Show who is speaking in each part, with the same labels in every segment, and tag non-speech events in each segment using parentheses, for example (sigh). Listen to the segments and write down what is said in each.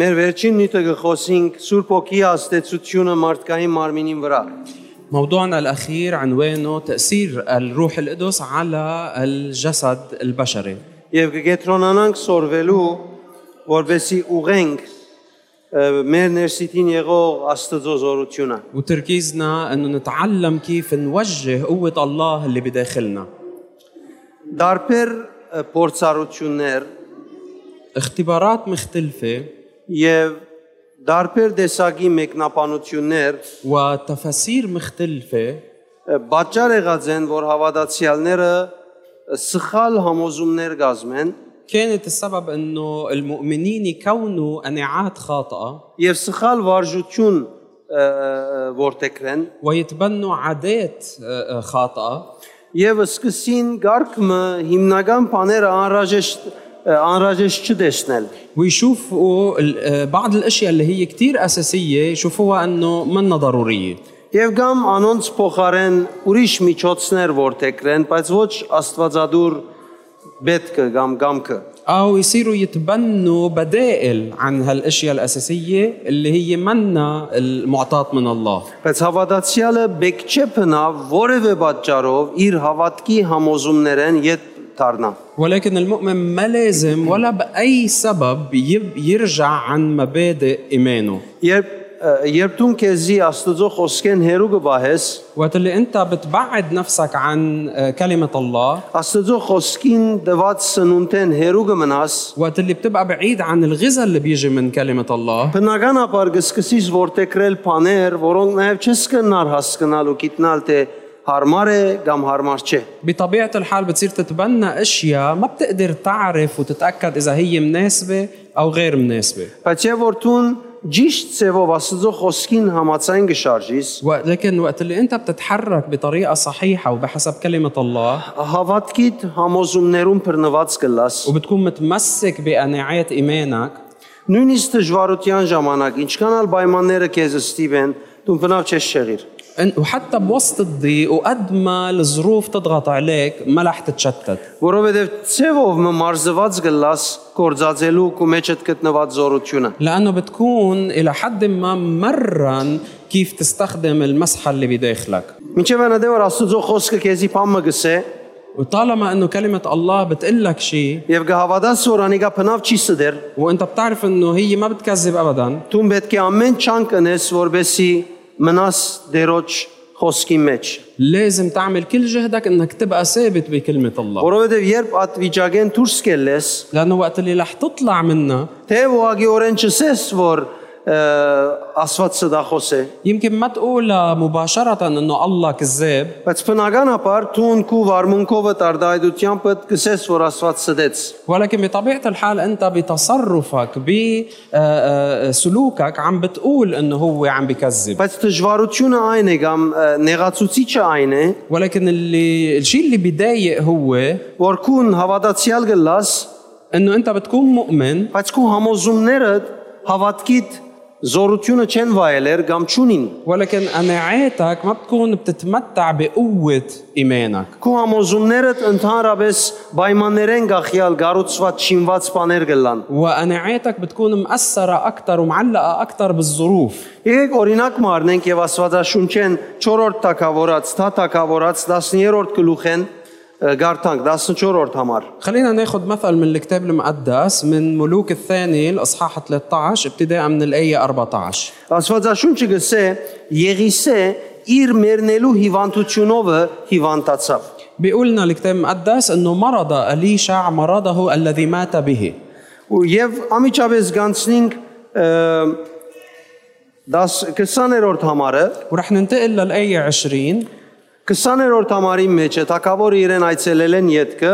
Speaker 1: Մեր վերջին նյութը կխոսենք Սուրբ Օքի աստեցությունը մարդկային մարմինին վրա։
Speaker 2: موضوعنا الأخير عنوانه تأثير الروح القدس على الجسد البشري
Speaker 1: Եվ կգետրոնանանք սորվելու, որբեսի ուղենք ը, մեր ներսիտին եղող աստծո զորությունը։
Speaker 2: وتركيزنا أنه نتعلم كيف نوجه قوة الله اللي بداخلنا
Speaker 1: Դարբեր ը, փորձառություններ
Speaker 2: اختبارات مختلفة
Speaker 1: եւ դարբեր տեսակի մեկնաբանություններ
Speaker 2: وتفاسير مختلفة
Speaker 1: ը, պատճառ եղած են, որ հավատացյալները ը, սխալ համոզումներ կազմեն
Speaker 2: كانت السبب أنه المؤمنين يكونوا قناعات خاطئة
Speaker 1: եւ սխալ վարժություն ը, ը, որտեքրեն
Speaker 2: ويتبنوا عادات آه، آه، خاطئة
Speaker 1: Եվ սկսին գարկմը հիմնական բաները անհրաժեշտ անհրաժեշտ չդեսնել։
Speaker 2: ويشوفوا ال- آه، بعض الأشياء اللي هي كتير أساسية يشوفوها أنه منا ضرورية
Speaker 1: Եվ կամ անոնց փոխարեն ուրիշ միջոցներ որթեքրեն, բայց ոչ աստվածադուր բետկը կամ գամքը։
Speaker 2: أو يصيروا يتبنوا بدائل عن هالأشياء الأساسية اللي هي منا المعطاة من الله
Speaker 1: Բայց հավատացյալը բեք չէ փնա որևէ պատճառով իր հավատքի համոզումներեն յետ դառնա։
Speaker 2: ولكن المؤمن ما لازم ولا بأي سبب يب- يرجع عن مبادئ إيمانه
Speaker 1: Երբ ը, երբ դու քեզի աստծո խոսքեն հերու գվահես,
Speaker 2: وقت اللي أنت بتبعد نفسك عن آه، كلمة الله
Speaker 1: աստծո խոսքին դված սնունդեն հերու գմնաս,
Speaker 2: وقت اللي بتبقى بعيد عن الغذاء اللي بيجي من كلمة الله
Speaker 1: Բնականաբար կսկսես որտեքրել բաներ, որոնք նաև չես կնար հասկանալ ու գիտնալ թե հարմար է կամ հարմար չէ։
Speaker 2: بطبيعة الحال بتصير تتبنى أشياء ما بتقدر تعرف وتتأكد إذا هي مناسبة أو غير مناسبة
Speaker 1: Բայց եթե որթուն ճիշտ ծևով Աստծո խոսքին համաձայն գշարժես,
Speaker 2: وقت- لكن وقت اللي انت بتتحرك بطريقه صحيحه وبحسب كلمه الله
Speaker 1: հավատքիդ համոզումներում բռնված կլաս։
Speaker 2: وبتكون متمسك بقناعات ايمانك
Speaker 1: Նույնիսկ դժվարության ժամանակ, ինչքանալ պայմանները քեզ ստիպեն, դու բնավ չես շեղիր։
Speaker 2: إن- وحتى بوسط الضيق وقد ما الظروف تضغط عليك ما رح تتشتت
Speaker 1: Որովհետև ծևով մը մարզված կլաս կորցածելու ու մեջդ գտնված զորությունը։
Speaker 2: لانه بتكون الى حد ما مرن كيف تستخدم المسحه اللي بداخلك
Speaker 1: Մինչև այն դեպքում Աստծո խոսքը քեզի բամը գսե,
Speaker 2: وطالما انه كلمه الله بتقول لك شيء
Speaker 1: Եվ գհավատաս որ անիկա փնավ չի սդեր,
Speaker 2: وانت بتعرف انه هي ما بتكذب ابدا
Speaker 1: դու պետք է ամեն չան կնես, որբեսի մնաս դերոջ խոսքի մեջ։
Speaker 2: لازم تعمل كل جهدك انك تبقى ثابت بكلمه الله
Speaker 1: Որովհետև երբ այդ վիճակեն դուրս կելես,
Speaker 2: لانه وقت اللي رح تطلع منها
Speaker 1: թե ուղագի օրեն չսես, որ ը, Աստված սդախոս է,
Speaker 2: يمكن ما تقولها مباشرة انه الله كذاب
Speaker 1: բայց բնականաբար դու ունքու վարմունքովը տարդայդությամբ կսես, որ Աստված սդեց։
Speaker 2: ولكن بطبيعة الحال انت بتصرفك بسلوكك عم بتقول انه هو عم بكذب
Speaker 1: Բայց դժվարությունը այն է կամ ը, նեղացուցիչը այն է,
Speaker 2: ولكن اللي الشيء اللي بضايق هو
Speaker 1: որ քուն հավատացյալ գլաս,
Speaker 2: انه انت بتكون مؤمن
Speaker 1: բայց քու համոզումները հավատքիդ զորությունը չեն վայելեր կամ չունին։
Speaker 2: ولكن قناعاتك ما بتكون بتتمتع بقوة إيمانك
Speaker 1: Քո համոզումներդ ընդհանրապես պայմաններեն գախյալ գառուցված շինված բաներ գլան։
Speaker 2: وقناعاتك بتكون مأثرة أكثر ومعلقة أكثر بالظروف
Speaker 1: Եկեք օրինակ մարնենք եւ Աստվածաշունչեն 4-րդ թակավորած, թա թակավորած 13-րդ գլուխեն ը, գարթանք 14-րդ համար։
Speaker 2: خلينا ناخذ مثل من الكتاب المقدس من ملوك الثاني الاصحاح 13 ابتداء من الايه 14
Speaker 1: Աստվածաշունչը գսե Եղիսե իր մեռնելու հիվանդությունովը հիվանդացավ։
Speaker 2: بيقولنا الكتاب المقدس انه مرض اليشع مرضه الذي مات به
Speaker 1: Ու եւ ամիջապես գանցնենք 10 20-րդ համարը
Speaker 2: ورح ننتقل للايه 20
Speaker 1: 20-րդ համարի մեջ է Թակավորը իրեն այցելել են յետքը,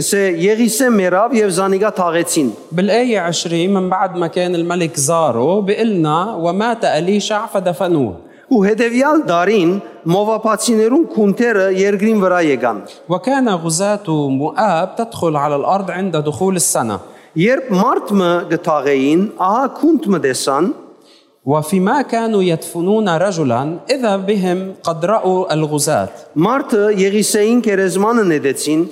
Speaker 1: ասե Եղիսե մեռավ եւ Զանիգա թաղեցին։
Speaker 2: بالايه 20 من بعد ما كان الملك زاره بيقولنا ومات اليشع فدفنوه
Speaker 1: Ու հետեւյալ դարին մովապացիներուն քունթերը երկրին վրա եկան։
Speaker 2: وكان غزاة مؤاب تدخل على الارض عند دخول السنه
Speaker 1: Երբ մարտը գթաղեին, ահա քունթը տեսան,
Speaker 2: وفيما كانوا يدفنون رجلا اذا بهم قد راوا الغزاة
Speaker 1: մարտը Եղիսեին քերեզմանը նետեցին,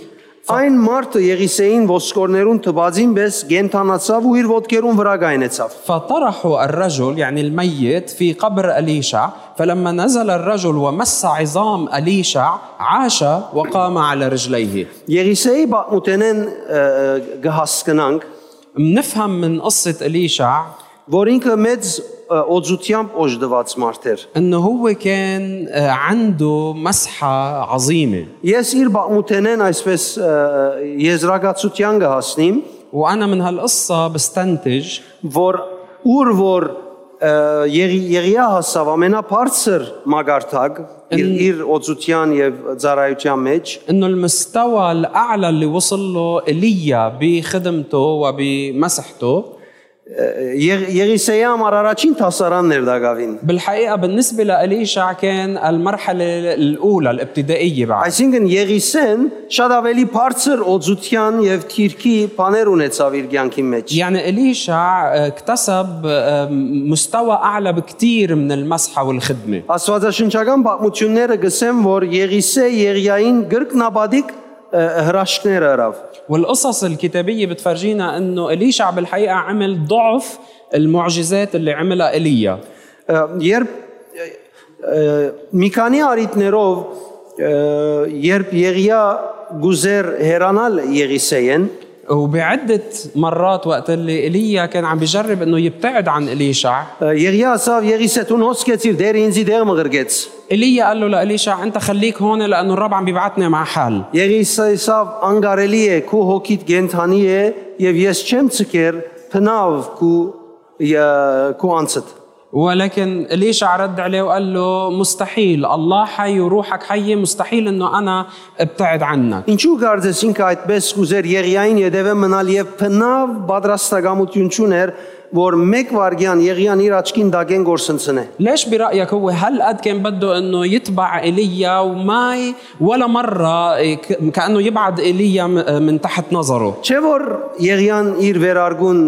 Speaker 1: Այն մարդը Եղիսեին ոսկորներուն թվածին պես գենթանացավ ու իր ոտքերուն վրա գայնեցավ։
Speaker 2: فطرحوا الرجل يعني الميت في قبر أليشع فلما نزل الرجل ومس عظام أليشع عاش وقام على رجليه
Speaker 1: Եղիսեի բաղմուտենեն գհասկնանք,
Speaker 2: منفهم من قصة أليشع
Speaker 1: որ ինքը մեծ ը, օծությամբ օժտված մարդ էր։
Speaker 2: أنه هو كان آه، عنده مسحة عظيمة
Speaker 1: Ես իր բաղմուտենեն այսպես ը, ը, եզրակացության գհասնիմ,
Speaker 2: وأنا من هالقصة بستنتج
Speaker 1: որ ուր որ ը, Եղի- Եղիա հասավ ամենաբարձր մագարտակ իր իր օծության եւ ծառայության մեջ
Speaker 2: انه المستوى الاعلى اللي وصل له ايليا بخدمته وبمسحته
Speaker 1: Եղ- Եղիսեի համար առաջին հասարանն էր դակավին։
Speaker 2: بالحقيقه بالنسبه لاليشع كان المرحله الاولى الابتدائيه بعد
Speaker 1: Այսինքն Եղիսեն շատ ավելի բարձր օծության եւ թիրքի բաներ ունեցավ իր կյանքի մեջ։
Speaker 2: يعني اليشع آه، اكتسب آه، مستوى اعلى بكثير من المسحه والخدمه
Speaker 1: Աստվածաշնչական պատմությունները գսեմ, որ Եղիսե Եղիային գրկնաբադիկ ը, հրաշքներ արավ։
Speaker 2: والقصص الكتابيه بتفرجينا انه اليشع بالحقيقه عمل ضعف المعجزات اللي عملها ايليا
Speaker 1: Ը, Երբ ը, ը, մի քանի արիտներով ը, երբ Եղիա գուզեր հերանալ Եղիսեին,
Speaker 2: وبعدة مرات وقت اللي ايليا كان عم بيجرب انه يبتعد عن اليشع
Speaker 1: ը, Եղիա ասավ Եղիսե տուն հոսքեցիր դեր ինձի դեղ մղրգեց։
Speaker 2: ايليا قال له لاليشع انت خليك هون لانه الرب عم بيبعتني مع حال
Speaker 1: Եղիսե ասավ անգարելի է քու հոգիդ գենթանի է եւ ես չեմ ցկեր փնավ քու ե- քու անցդ։
Speaker 2: ولكن ليشع رد عليه وقال له مستحيل الله حي وروحك حية مستحيل انه انا ابتعد عنك
Speaker 1: Ինչու կարծես ինքը այդպես ուզեր Եղիային յետևը մնալ եւ փնավ պատրաստակամություն չուներ, որ մեկ վարգյան Եղիան իր աչքին դագեն գործընծնե։
Speaker 2: ليش برأيك هو هالقد كان بده انه يتبع ايليا وما ي- ولا مرة ك- كأنه يبعد ايليا م- من تحت نظره
Speaker 1: Չէ որ Եղիան իր վերարգուն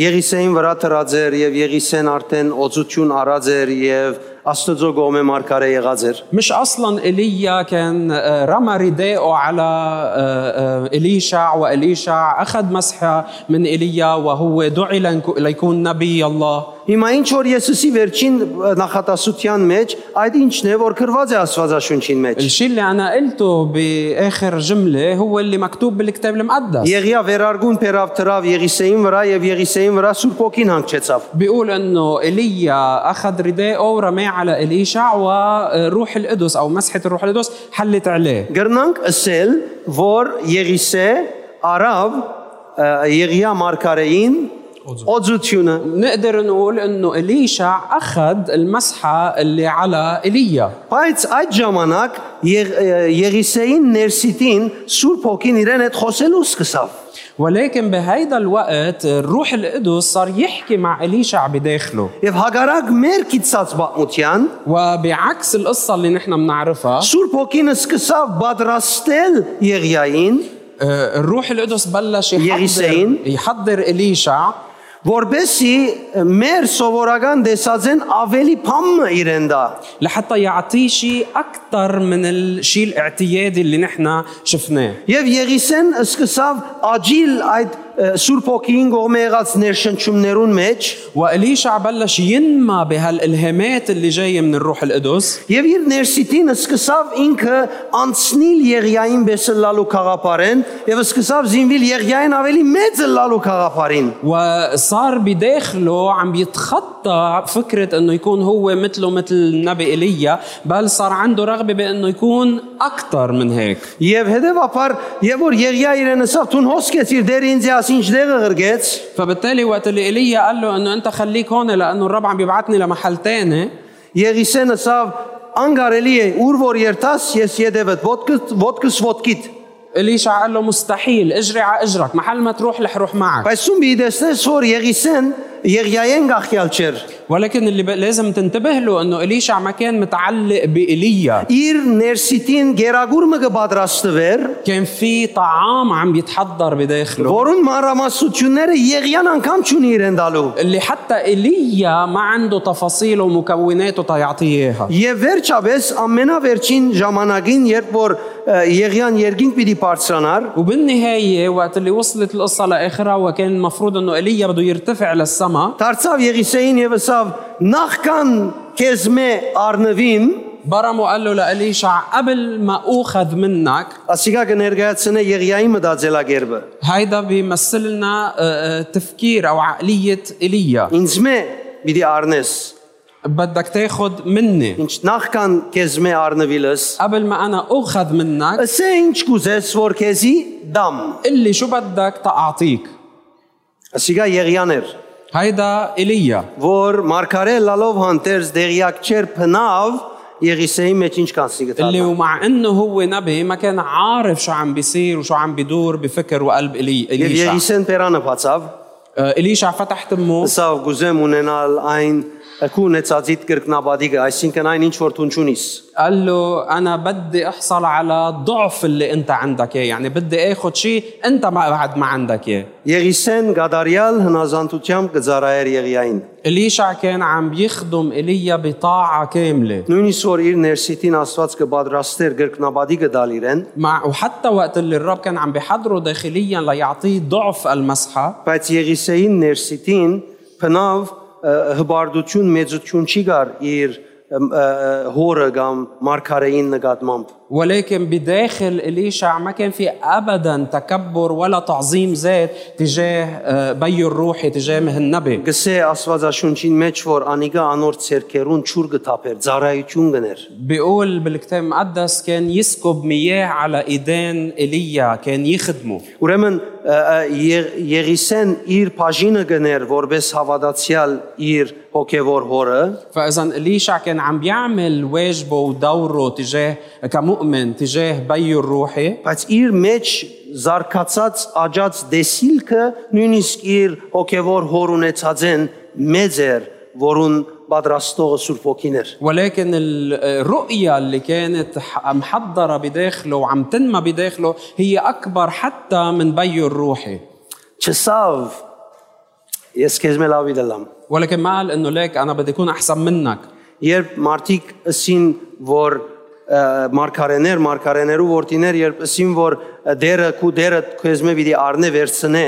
Speaker 1: Եղիսեին վրա դրած էր եւ Եղիսեն արդեն օծություն առած էր եւ Աստծո գոմե մարգարե եղած էր։
Speaker 2: مش اصلا ايليا كان آه، رمى رداءه على آه، آه، اليشع واليشع اخذ مسحه من ايليا وهو دعي لنكو- ليكون نبي الله
Speaker 1: Հիմա ինչ որ Եսուսի վերջին նախատասության մեջ այդ ինչն է որ գրված է Աստվածաշունչին մեջ։
Speaker 2: الشيء اللي انا قلته باخر جمله هو اللي مكتوب بالكتاب المقدس
Speaker 1: Եղիա վերարգուն փերավ դրավ Եղիսեին վրա եւ Եղիսեին վրա Սուրբ ոգին հանգչեցավ։
Speaker 2: بيقول انه ايليا اخذ رداءه ورماه على اليشع وروح القدس او مسحه الروح القدس حلت عليه
Speaker 1: Գրնանք ասել, որ Եղիսե արավ ը, Եղիա մարգարեին օծությունը։
Speaker 2: نقدر نقول انه اليشع اخذ المسحه اللي على ايليا
Speaker 1: Բայց այդ ժամանակ Եղ- ը, Եղիսեին ներսիտին Սուրբ ոգին իրեն հետ խոսելու սկսավ։
Speaker 2: ولكن بهيدا الوقت الروح القدس صار يحكي مع اليشع بداخله
Speaker 1: Եվ հագարակ մեր կիցած բաղմության
Speaker 2: وبعكس القصه اللي نحن بنعرفها
Speaker 1: Սուրբ ոգին սկսավ պատրաստել Եղիային
Speaker 2: آه، الروح القدس بلش يحضر
Speaker 1: يغيسين.
Speaker 2: يحضر اليشع
Speaker 1: որբեսի մեր սովորական դեսածեն ավելի փամը իրեն դա
Speaker 2: لحتى يعطيه شيء اكثر من الشيء الاعتيادي اللي نحن شفناه
Speaker 1: եւ Եղիսեն սկսավ աջիլ այդ ը, Սուրբ ոգին գողմե եղած ներշնչումներուն մեջ
Speaker 2: واليشع بلش ينمى بهالالهامات اللي جايه من الروح القدس
Speaker 1: եւ իր ներսիտին սկսավ ինքը անցնել Եղիային բեսելալու խաղապարեն եւ սկսավ զինվել Եղիային ավելի մեծ լալու խաղապարին
Speaker 2: وصار بداخله عم يتخطى فكرة انه يكون هو مثله مثل النبي ايليا بل صار عنده رغبة بانه يكون اكثر من هيك
Speaker 1: եւ հետեւաբար եւ որ Եղիա իրեն ասավ տուն հոսքեց իր դեր ինձ ասի ինչ դեղը ղրգեց
Speaker 2: فبالتالي وقت اللي ايليا قال له انه انت خليك هون لانه الرب عم بيبعتني لمحل تاني
Speaker 1: Եղիսեն ասավ անգարելի է ուր որ երթաս ես յետևդ ոդկս ոդկս ոդկիտ
Speaker 2: اليشع قال له مستحيل اجري على اجرك محل ما تروح رح روح معك
Speaker 1: բայց ում իդեսես որ Եղիսեն Եղիայեն գախյալ չեր
Speaker 2: ولكن اللي ب- لازم تنتبه له انه اليشع ما كان متعلق بايليا
Speaker 1: Իր ներսիտին գերագուրմը կպատրաստվեր,
Speaker 2: كان في طعام عم يتحضر بداخله
Speaker 1: որուն մանրամասությունները եղյան անգամ չունի իրեն դալու։
Speaker 2: اللي حتى ايليا ما عنده تفاصيله ومكوناته تيعطيه اياها
Speaker 1: Եվ վերջապես ամենավերջին ժամանակին, երբ որ ը, եղյան երկինք պիտի բարձրանար,
Speaker 2: وبالنهاية وقت اللي وصلت القصة لآخرها وكان المفروض انه ايليا بده يرتفع للسما
Speaker 1: դարձավ Եղիսեին եւ ասավ. «Նախքան քեզ մե արնվիմ,
Speaker 2: برم وقال له لإليشع قبل ما أوخذ منك
Speaker 1: ասիկա կներկայացնե Եղիայի մտածելակերպը։
Speaker 2: هيدا بيمثل لنا آه، آه، تفكير أو عقلية ايليا
Speaker 1: Ինձ մե պիտի արնես,
Speaker 2: بدك تاخد مني
Speaker 1: ինչ նախքան քեզ մե արնվիլս,
Speaker 2: قبل ما أنا أوخذ منك
Speaker 1: ասե ինչ կուզես, որ քեզի դամ»։
Speaker 2: قل لي شو بدك تأعطيك
Speaker 1: Ասիկա Եղիաներ,
Speaker 2: هيدا ايليا
Speaker 1: որ Մարգարե լալով հանդերձ դեղյակ չեր փնավ Եղիսեի մեջ ինչ կանցի գտալ։
Speaker 2: اللي ومع انه هو نبي ما كان عارف شو عم بيصير وشو عم بدور بفكر وقلب إلي
Speaker 1: Եվ
Speaker 2: اليشع
Speaker 1: Եղիսեն Պերանը փացավ,
Speaker 2: آه، اليشع فتح تمه
Speaker 1: ասավ գուզեմ ունենալ այն քու ունեցածիդ կրկնաբադիկը, այսինքն այն ինչ որ տուն ճունիս։
Speaker 2: قال له انا بدي احصل على ضعف اللي انت عندك اياه يعني بدي اخذ شيء انت ما بعد ما عندك اياه
Speaker 1: Եղիսեն գադարյալ հնազանդությամբ գծարայեր Եղիային։
Speaker 2: اليشع كان عم بيخدم ايليا بطاعه كامله
Speaker 1: Նույնիսկ որ իր ներսիտին Աստված կպատրաստեր կրկնաբադիկը դալ իրեն,
Speaker 2: مع وحتى وقت اللي الرب كان عم بيحضره داخليا ليعطيه ضعف المسحه
Speaker 1: բայց Եղիսեին ներսիտին փնավ ը, հբարդություն մեծություն չի գար իր ըմ, ը, ը, հորը կամ Մարգարեին նկատմամբ։
Speaker 2: ولكن بداخل اليشع ما كان في ابدا تكبر ولا تعظيم ذات تجاه آه، بيه الروحي تجاه النبي
Speaker 1: Գսե Աստվածաշունչին մեջ որ անիկա անոր ցերկերուն ճուր գտապեր, ծարայություն գներ։
Speaker 2: بيقول بالكتاب المقدس كان يسكب مياه على ايدين ايليا كان يخدمه
Speaker 1: Ուրեմն ը, ը, Եղ- Եղիսեն իր բաժինը գներ որպես հավատացյալ իր հոգևոր հորը,
Speaker 2: فاذا اليشع كان عم بيعمل واجبه ودوره تجاه كمؤمن تجاه بيه الروحي
Speaker 1: բայց իր մեջ զարկացած աճած դեսիլքը նույնիսկ իր հոգևոր հոր ունեցածեն մեծ էր, որուն պատրաստողը Սուրբ Օքին էր։
Speaker 2: ولكن ال- آه، الرؤية اللي كانت ح- محضرة بداخله وعم تنمى بداخله هي أكبر حتى من بيه الروحي
Speaker 1: Չսավ ես քեզ մելավի դալամ։
Speaker 2: ولكن ما قال انه ليك انا بدي اكون احسن منك
Speaker 1: Երբ մարդիկ ըսին որ ը, մարգարեներ, մարգարեներու որդիներ, երբ ըսին որ ը, դերը քու դերը քեզ մե պիտի առնե վերցնե,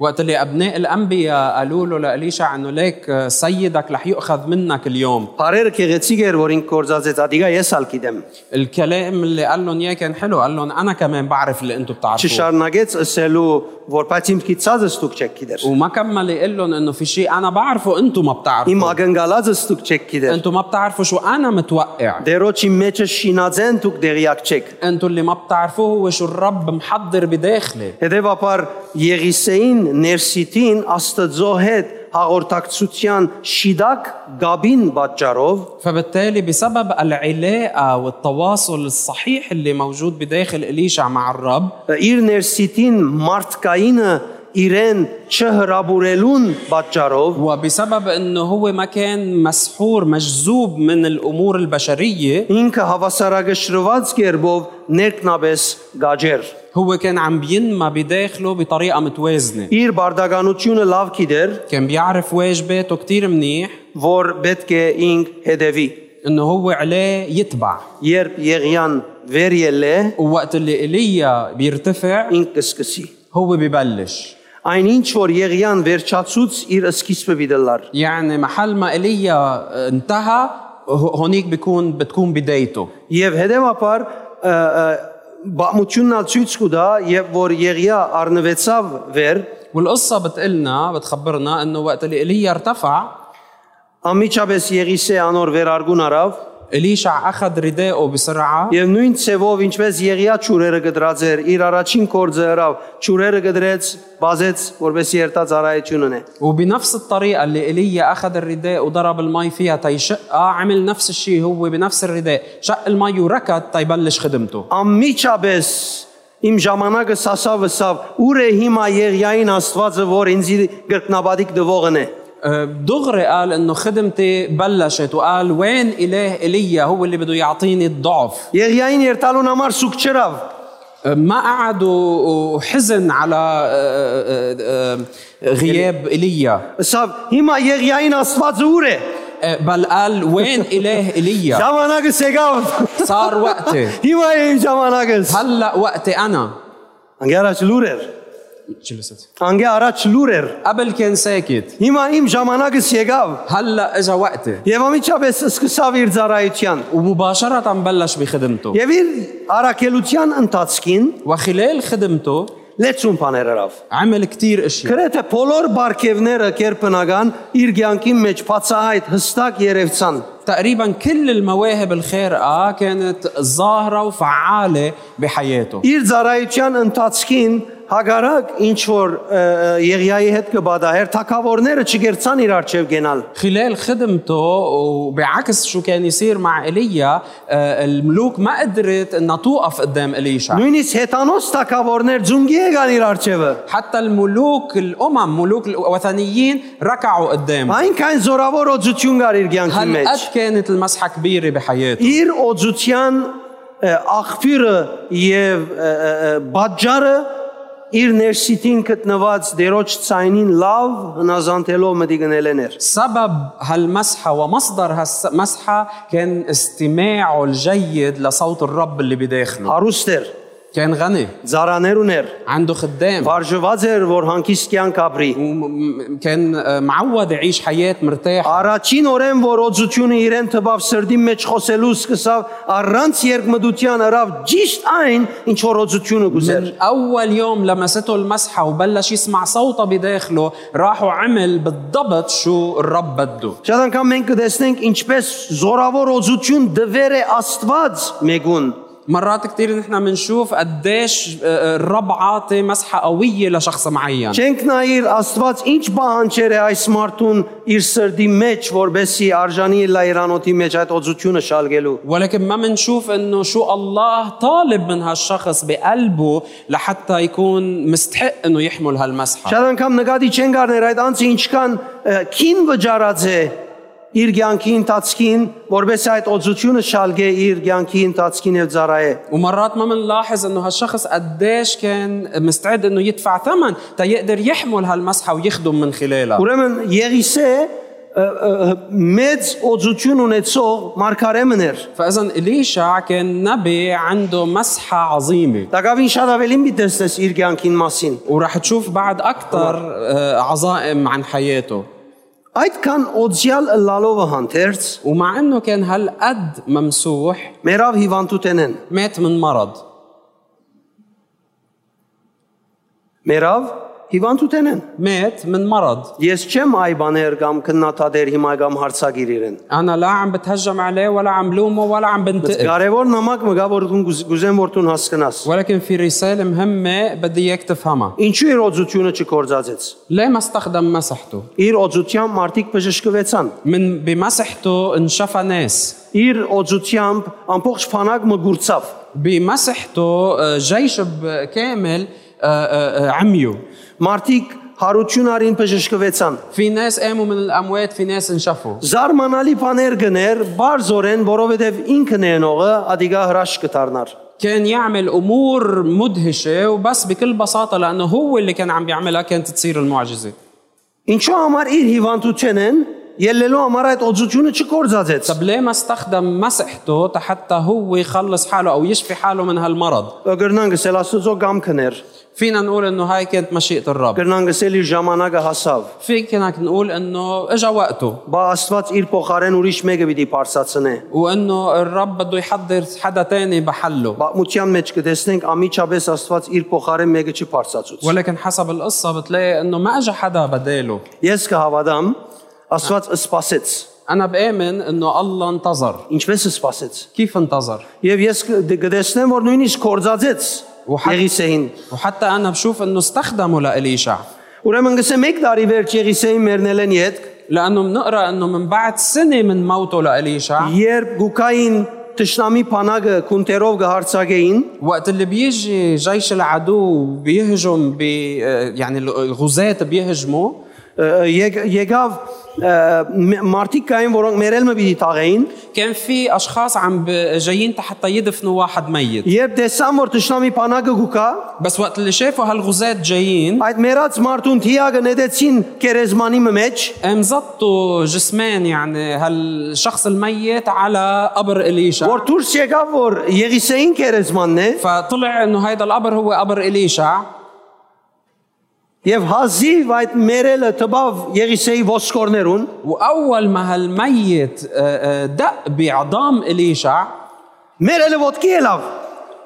Speaker 2: وقت اللي ابناء الانبياء قالوا له لاليشع انه ليك سيدك رح يؤخذ منك اليوم
Speaker 1: բարերը քեղեցիկ էր, որ ինք կորզածեց, ադիգա ես ալ գիտեմ։
Speaker 2: الكلام اللي قال لهم اياه كان حلو قال لهم انا كمان بعرف اللي انتم بتعرفوه
Speaker 1: Չշարնագեց ըսելու, որ բայց իմ քիծածս դուք չեք գիտեր։
Speaker 2: وما كمل يقول لهم انه في شيء انا بعرفه انتم ما
Speaker 1: Իմ
Speaker 2: بتعرفوا
Speaker 1: ագնկալածս դուք չեք գիտեր։
Speaker 2: انتم ما بتعرفوا شو انا متوقع
Speaker 1: Դերոջի մեջը շինածեն դուք դեղյակ չեք։
Speaker 2: انتم اللي ما بتعرفوه هو شو الرب محضر بداخلي
Speaker 1: Հետևաբար Եղիսեին ներսիտին Աստծո հետ հաղորդակցության շիդակ գաբին պատճառով
Speaker 2: فبالتالي بسبب العلاقة والتواصل الصحيح اللي موجود بداخل إليشع مع الرب
Speaker 1: իր ներսիտին մարդկայինը իրեն չհրաբուրելուն պատճառով
Speaker 2: وبسبب انه هو ما كان مسحور مجذوب من الامور البشريه
Speaker 1: ինքը հավասարակշռված կերպով ներքնաբես գաջեր
Speaker 2: هو كان عم بينمى بداخله بطريقه متوازنه
Speaker 1: իր բարդականությունը լավ գիտեր
Speaker 2: كان بيعرف واجباته كتير منيح
Speaker 1: որ պետք է ինք հետևի
Speaker 2: انه هو عليه يتبع
Speaker 1: երբ եղյան վեր ելե
Speaker 2: ووقت اللي ايليا بيرتفع
Speaker 1: ինք կսկսի
Speaker 2: هو ببلش
Speaker 1: այնինչ որ եղյան վերջացուց իր սկիզբը դիլար
Speaker 2: يعني محل ما ايليا انتهى هو- هونيك بيكون بتكون بدايته
Speaker 1: եւ հետեւաբար ը, ը, բամությունն ալ ցույց կուտա եւ որ եղյա արնվեցավ վեր
Speaker 2: والقصة بتقلنا بتخبرنا انه وقت اللي ايليا ارتفع
Speaker 1: Ամիջապես Եղիսե անոր վերարգուն արավ
Speaker 2: اليشع اخذ رداءه بسرعة
Speaker 1: եւ նույն ցևով ինչպես Եղիա ճուրերը գդրած էր իր առաջին կորձը հրավ ճուրերը գդրեց բազեց որպես երտած արայությունն է
Speaker 2: وبنفس الطريقة اللي ايليا اخذ الرداء وضرب المي فيها تيشقها عمل نفس الشيء هو بنفس الرداء شق المي وركض تيبلش خدمته
Speaker 1: Ամիջապես իմ ժամանակը սասավսավ ուր է հիմա Եղիային Աստվածը որ ինձ գրտնաբադիկ դվողն է
Speaker 2: آه، دغري قال انه خدمتي بلشت وقال وين اله ايليا هو اللي بده يعطيني الضعف
Speaker 1: Եղիային երթալուն համար սուկ չրավ։
Speaker 2: آه، ما قعد و- وحزن على آه، آه، آه، غياب ايليا
Speaker 1: Սա հիմա Եղիային Աստված ուր է։
Speaker 2: آه، بل قال وين اله ايليا
Speaker 1: Ժամանակը եկավ։ (laughs)
Speaker 2: صار وقتي
Speaker 1: Հիմա է իմ ժամանակը։
Speaker 2: هلا وقتي انا
Speaker 1: Անգե առաջ լուր էր։
Speaker 2: جلست
Speaker 1: Անգե առաջ լուր էր։
Speaker 2: قبل كان ساكت
Speaker 1: Հիմա իմ ժամանակը եկավ։
Speaker 2: هلا اجى وقتي
Speaker 1: Եվ ամիջապես սկսավ իր ծառայության։
Speaker 2: ومباشرة بلش بخدمته
Speaker 1: Եվ իր առաքելության ընթացքին
Speaker 2: وخلال خدمته
Speaker 1: լեցուն բաներ արավ։
Speaker 2: عمل كتير اشياء
Speaker 1: Գրեթե բոլոր բարգևները կերպնական իր ցանկի մեջ բացահայտ հստակ երևցան։
Speaker 2: تقريبا كل المواهب الخارقة كانت ظاهرة وفعالة بحياته
Speaker 1: Իր ծառայության ընթացքին հագարակ ինչ որ Եղիայի հետ կբադահեր թակավորները չգերցան իր արջև գնալ։
Speaker 2: خلال خدمته وبعكس شو كان يصير مع ايليا آه، الملوك ما قدرت انها توقف قدام اليشع
Speaker 1: Նույնիսկ հետանոց թակավորներ ձունգի եկան իր արջևը։
Speaker 2: حتى الملوك الامم ملوك الوثنيين ركعوا قدامه
Speaker 1: Այնքան զորավոր օծություն կար իր ցանկի մեջ։
Speaker 2: هالقد كانت المسحة كبيرة بحياته
Speaker 1: Իր օծության ը, աղբյուրը եւ ը, ը, ը, բաճարը իր ներսիտին գտնված դերոջ ցայնին լավ հնազանդելով մտի գնելեն էր։
Speaker 2: سبب هالمسحة ومصدر هالمسحة كان استماعه الجيد لصوت الرب اللي بداخله
Speaker 1: Հարուստ էր,
Speaker 2: كان غني
Speaker 1: ծառաներ ուներ,
Speaker 2: عنده خدام
Speaker 1: վարժված էր, որ հանկիստ կյանք ապրի։
Speaker 2: وم- كان آه، معود يعيش حياة مرتاح
Speaker 1: Առաջին օրեն որ օծությունը իրեն թվավ սրդի մեջ խոսելու սկսավ առանց երկմդության արավ ճիշտ այն ինչ որ օծությունը գուզեր։
Speaker 2: من أول يوم لمسته المسحة وبلش يسمع صوته بداخله راح وعمل بالضبط شو الرب بده
Speaker 1: Շատ անգամ մենք կտեսնենք ինչպես զորավոր օծություն դվեր է Աստված մեգուն։
Speaker 2: مرات كتير نحن بنشوف قديش آه، آه، الرب عاطي مسحة قوية لشخص معين
Speaker 1: Չենք նայիր Աստված ինչ բանջեր է այս մարդուն իր սրդի մեջ, որբեսի արժանի է լա իրանոթի մեջ այդ օծությունը շալգելու։
Speaker 2: ولكن ما منشوف انه شو الله طالب من هالشخص بقلبه لحتى يكون مستحق انه يحمل هالمسحه
Speaker 1: Շատ անգամ նկատի չեն գարներ այդ անձը ինչքան ը, քին վճարած է իր ցանկի ընթացքին, որբես այդ օծությունը շալգե իր ցանկի ընթացքին եւ ծառայե։
Speaker 2: ومرات ما بنلاحظ انه هالشخص قديش كان مستعد انه يدفع ثمن تا يقدر يحمل هالمسحه ويخدم من خلالها
Speaker 1: Ուրեմն Եղիսե ը, ը, ը, մեծ օծություն ունեցող մարգարեմն էր։
Speaker 2: فاذا اليشع كان نبي عنده مسحه عظيمه
Speaker 1: Դակավին շատ ավելին միտեսես իր ցանկին մասին։
Speaker 2: وراح تشوف بعد اكثر عظائم عن حياته
Speaker 1: Այդքան օծյալ լալովը հանդերց
Speaker 2: ومع انه كان هالقد ممسوح
Speaker 1: մերավ հիվանդուտենեն։
Speaker 2: مات من مرض
Speaker 1: Մերավ հիվանդուտենեն։
Speaker 2: مات من مرض
Speaker 1: Ես չեմ այ բաներ կամ քննադատեր հիմա կամ հարցագիր իրեն։
Speaker 2: انا لا عم بتهجم عليه ولا عم لومه ولا عم بنتقد
Speaker 1: Կարևոր նամակ մգա որ դու գուզ- գուզեմ որ դու հասկանաս։
Speaker 2: ولكن في رساله مهمه بدي اياك تفهمها
Speaker 1: Ինչու իր օծությունը չկործածեց։
Speaker 2: ليه ما استخدم مسحته
Speaker 1: Իր օծությամբ մարդիկ բժշկվեցան։
Speaker 2: من بمسحته انشفى ناس
Speaker 1: Իր օծությամբ ամբողջ փանակը մգուրցավ։
Speaker 2: بمسحته آه، جيش ب- كامل آه، آه، آه، عميوا
Speaker 1: Մարդիկ հարություն արին բժշկվեցան։
Speaker 2: في ناس قاموا من الاموات في ناس انشفوا
Speaker 1: Զարմանալի բաներ գներ, բարձորեն, որովհետև ինքն է նողը ադիգա հրաշք կդառնար։
Speaker 2: كان يعمل امور مدهشه وبس بكل بساطه لانه هو اللي كان عم بيعملها كانت تصير المعجزه
Speaker 1: Ինչու համար իր հիվանդությունեն ելնելու համար այդ օծությունը չկործածեց։
Speaker 2: طب ليه ما استخدم مسحته حتى هو يخلص حاله او يشفي حاله من هالمرض
Speaker 1: Գրնանգս էլ Աստծո կամքն էր։
Speaker 2: فينا نقول انه هاي كانت مشيئه الرب
Speaker 1: Գրնանգս էլ իր ժամանակը հասավ։
Speaker 2: فينا نقول انه اجى وقته
Speaker 1: Բա Աստված իր փոխարեն ուրիշ մեկը պիտի բարձացնե։
Speaker 2: وانه الرب بده يحضر حدا تاني بحله
Speaker 1: Բամության մեջ կտեսնենք ամիջապես Աստված իր փոխարեն մեկը չի բարձացուց։
Speaker 2: ولكن حسب القصة بتلاقي انه ما اجى حدا بداله
Speaker 1: Ես կհավատամ Աստված սпасեց։
Speaker 2: انا بآمن انه الله انتظر
Speaker 1: Ինչպես սпасեց։
Speaker 2: كيف انتظر
Speaker 1: Եվ ես կ- դ- կտեսնեմ, որ նույնիսկ կործածեց
Speaker 2: Ուհա-
Speaker 1: Եղիսեին։
Speaker 2: وحتى انا بشوف انه استخدمه لإليشع
Speaker 1: Ուրեմն գսե 1 տարի վերջ Եղիսեին մերնել են իդ,
Speaker 2: لانه بنقرا انه من بعد سنه من موته لإليشع
Speaker 1: երբ Գուկային Տշնամի փանակը քունտերով գահարցագեին,
Speaker 2: وقت اللي بيجي جيش العدو بيهجم بي آه، يعني الغزاة بيهجموا
Speaker 1: եկ- եկավ ը, մ- մարդիկ կային, որոնք մերելը պիտի տաղեին,
Speaker 2: كان في اشخاص عم ب- جايين حتى يدفنوا واحد ميت
Speaker 1: երբ տեսան, որ ճշտամի բանակը գուկա,
Speaker 2: بس وقت اللي شافوا هالغزاة جايين
Speaker 1: այդ մեռած մարդուն թիագը նետեցին կերեզմանի մեջ,
Speaker 2: مزطوا جسمان يعني هالشخص الميت على قبر اليشع
Speaker 1: որ դուրս եկավ, որ Եղիսեին կերեզմանն է,
Speaker 2: فطلع انه هيدا القبر هو قبر اليشع
Speaker 1: եւ հազիվ այդ մերելը տպավ Եղիսեի ոսկորներուն,
Speaker 2: واول ما هالميت آه، آه، دق بعظام اليشع
Speaker 1: մերելը ոտքի ելավ։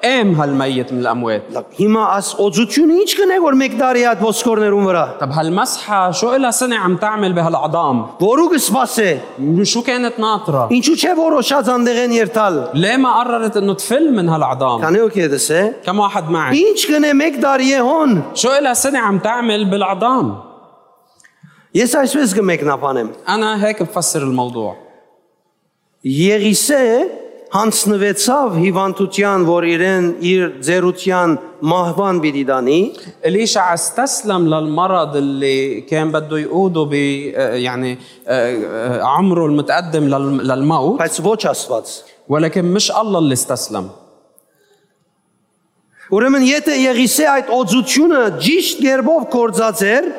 Speaker 2: قام هالميت من الاموات
Speaker 1: Լավ, Հիմա աս օծությունը ի՞նչ կնե որ մեկ տարի այդ ոսկորներուն վրա։
Speaker 2: طب هالمسحة شو إلها سنة عم تعمل بهالعظام؟
Speaker 1: Որուգը սпасե,
Speaker 2: شو كانت ناطرة؟
Speaker 1: ինչու՞ չէ որոշած անդեղեն երթալ։
Speaker 2: ليه ما قررت إنه تفل من هالعظام؟
Speaker 1: Քանի օքի դես է։
Speaker 2: كم واحد معي؟
Speaker 1: Ինչ կնե մեկ տարի է հոն։
Speaker 2: شو إلها سنة عم تعمل بالعظام؟
Speaker 1: Ես այսպես կմեկնաբանեմ։
Speaker 2: أنا هيك بفسر الموضوع
Speaker 1: Եղիսե հանցնվեցավ հիվանդության, որ իրեն իր ձերության մահվան պիտի դանի,
Speaker 2: إليشع استسلم للمرض اللي كان بده يقوده ب آه، يعني آه، آه، عمره المتقدم لل- للموت
Speaker 1: բայց ոչ Աստված։
Speaker 2: ولكن مش الله اللي استسلم
Speaker 1: Ուրեմն եթե Եղիսե այդ օծությունը ճիշտ երբով կործած էր,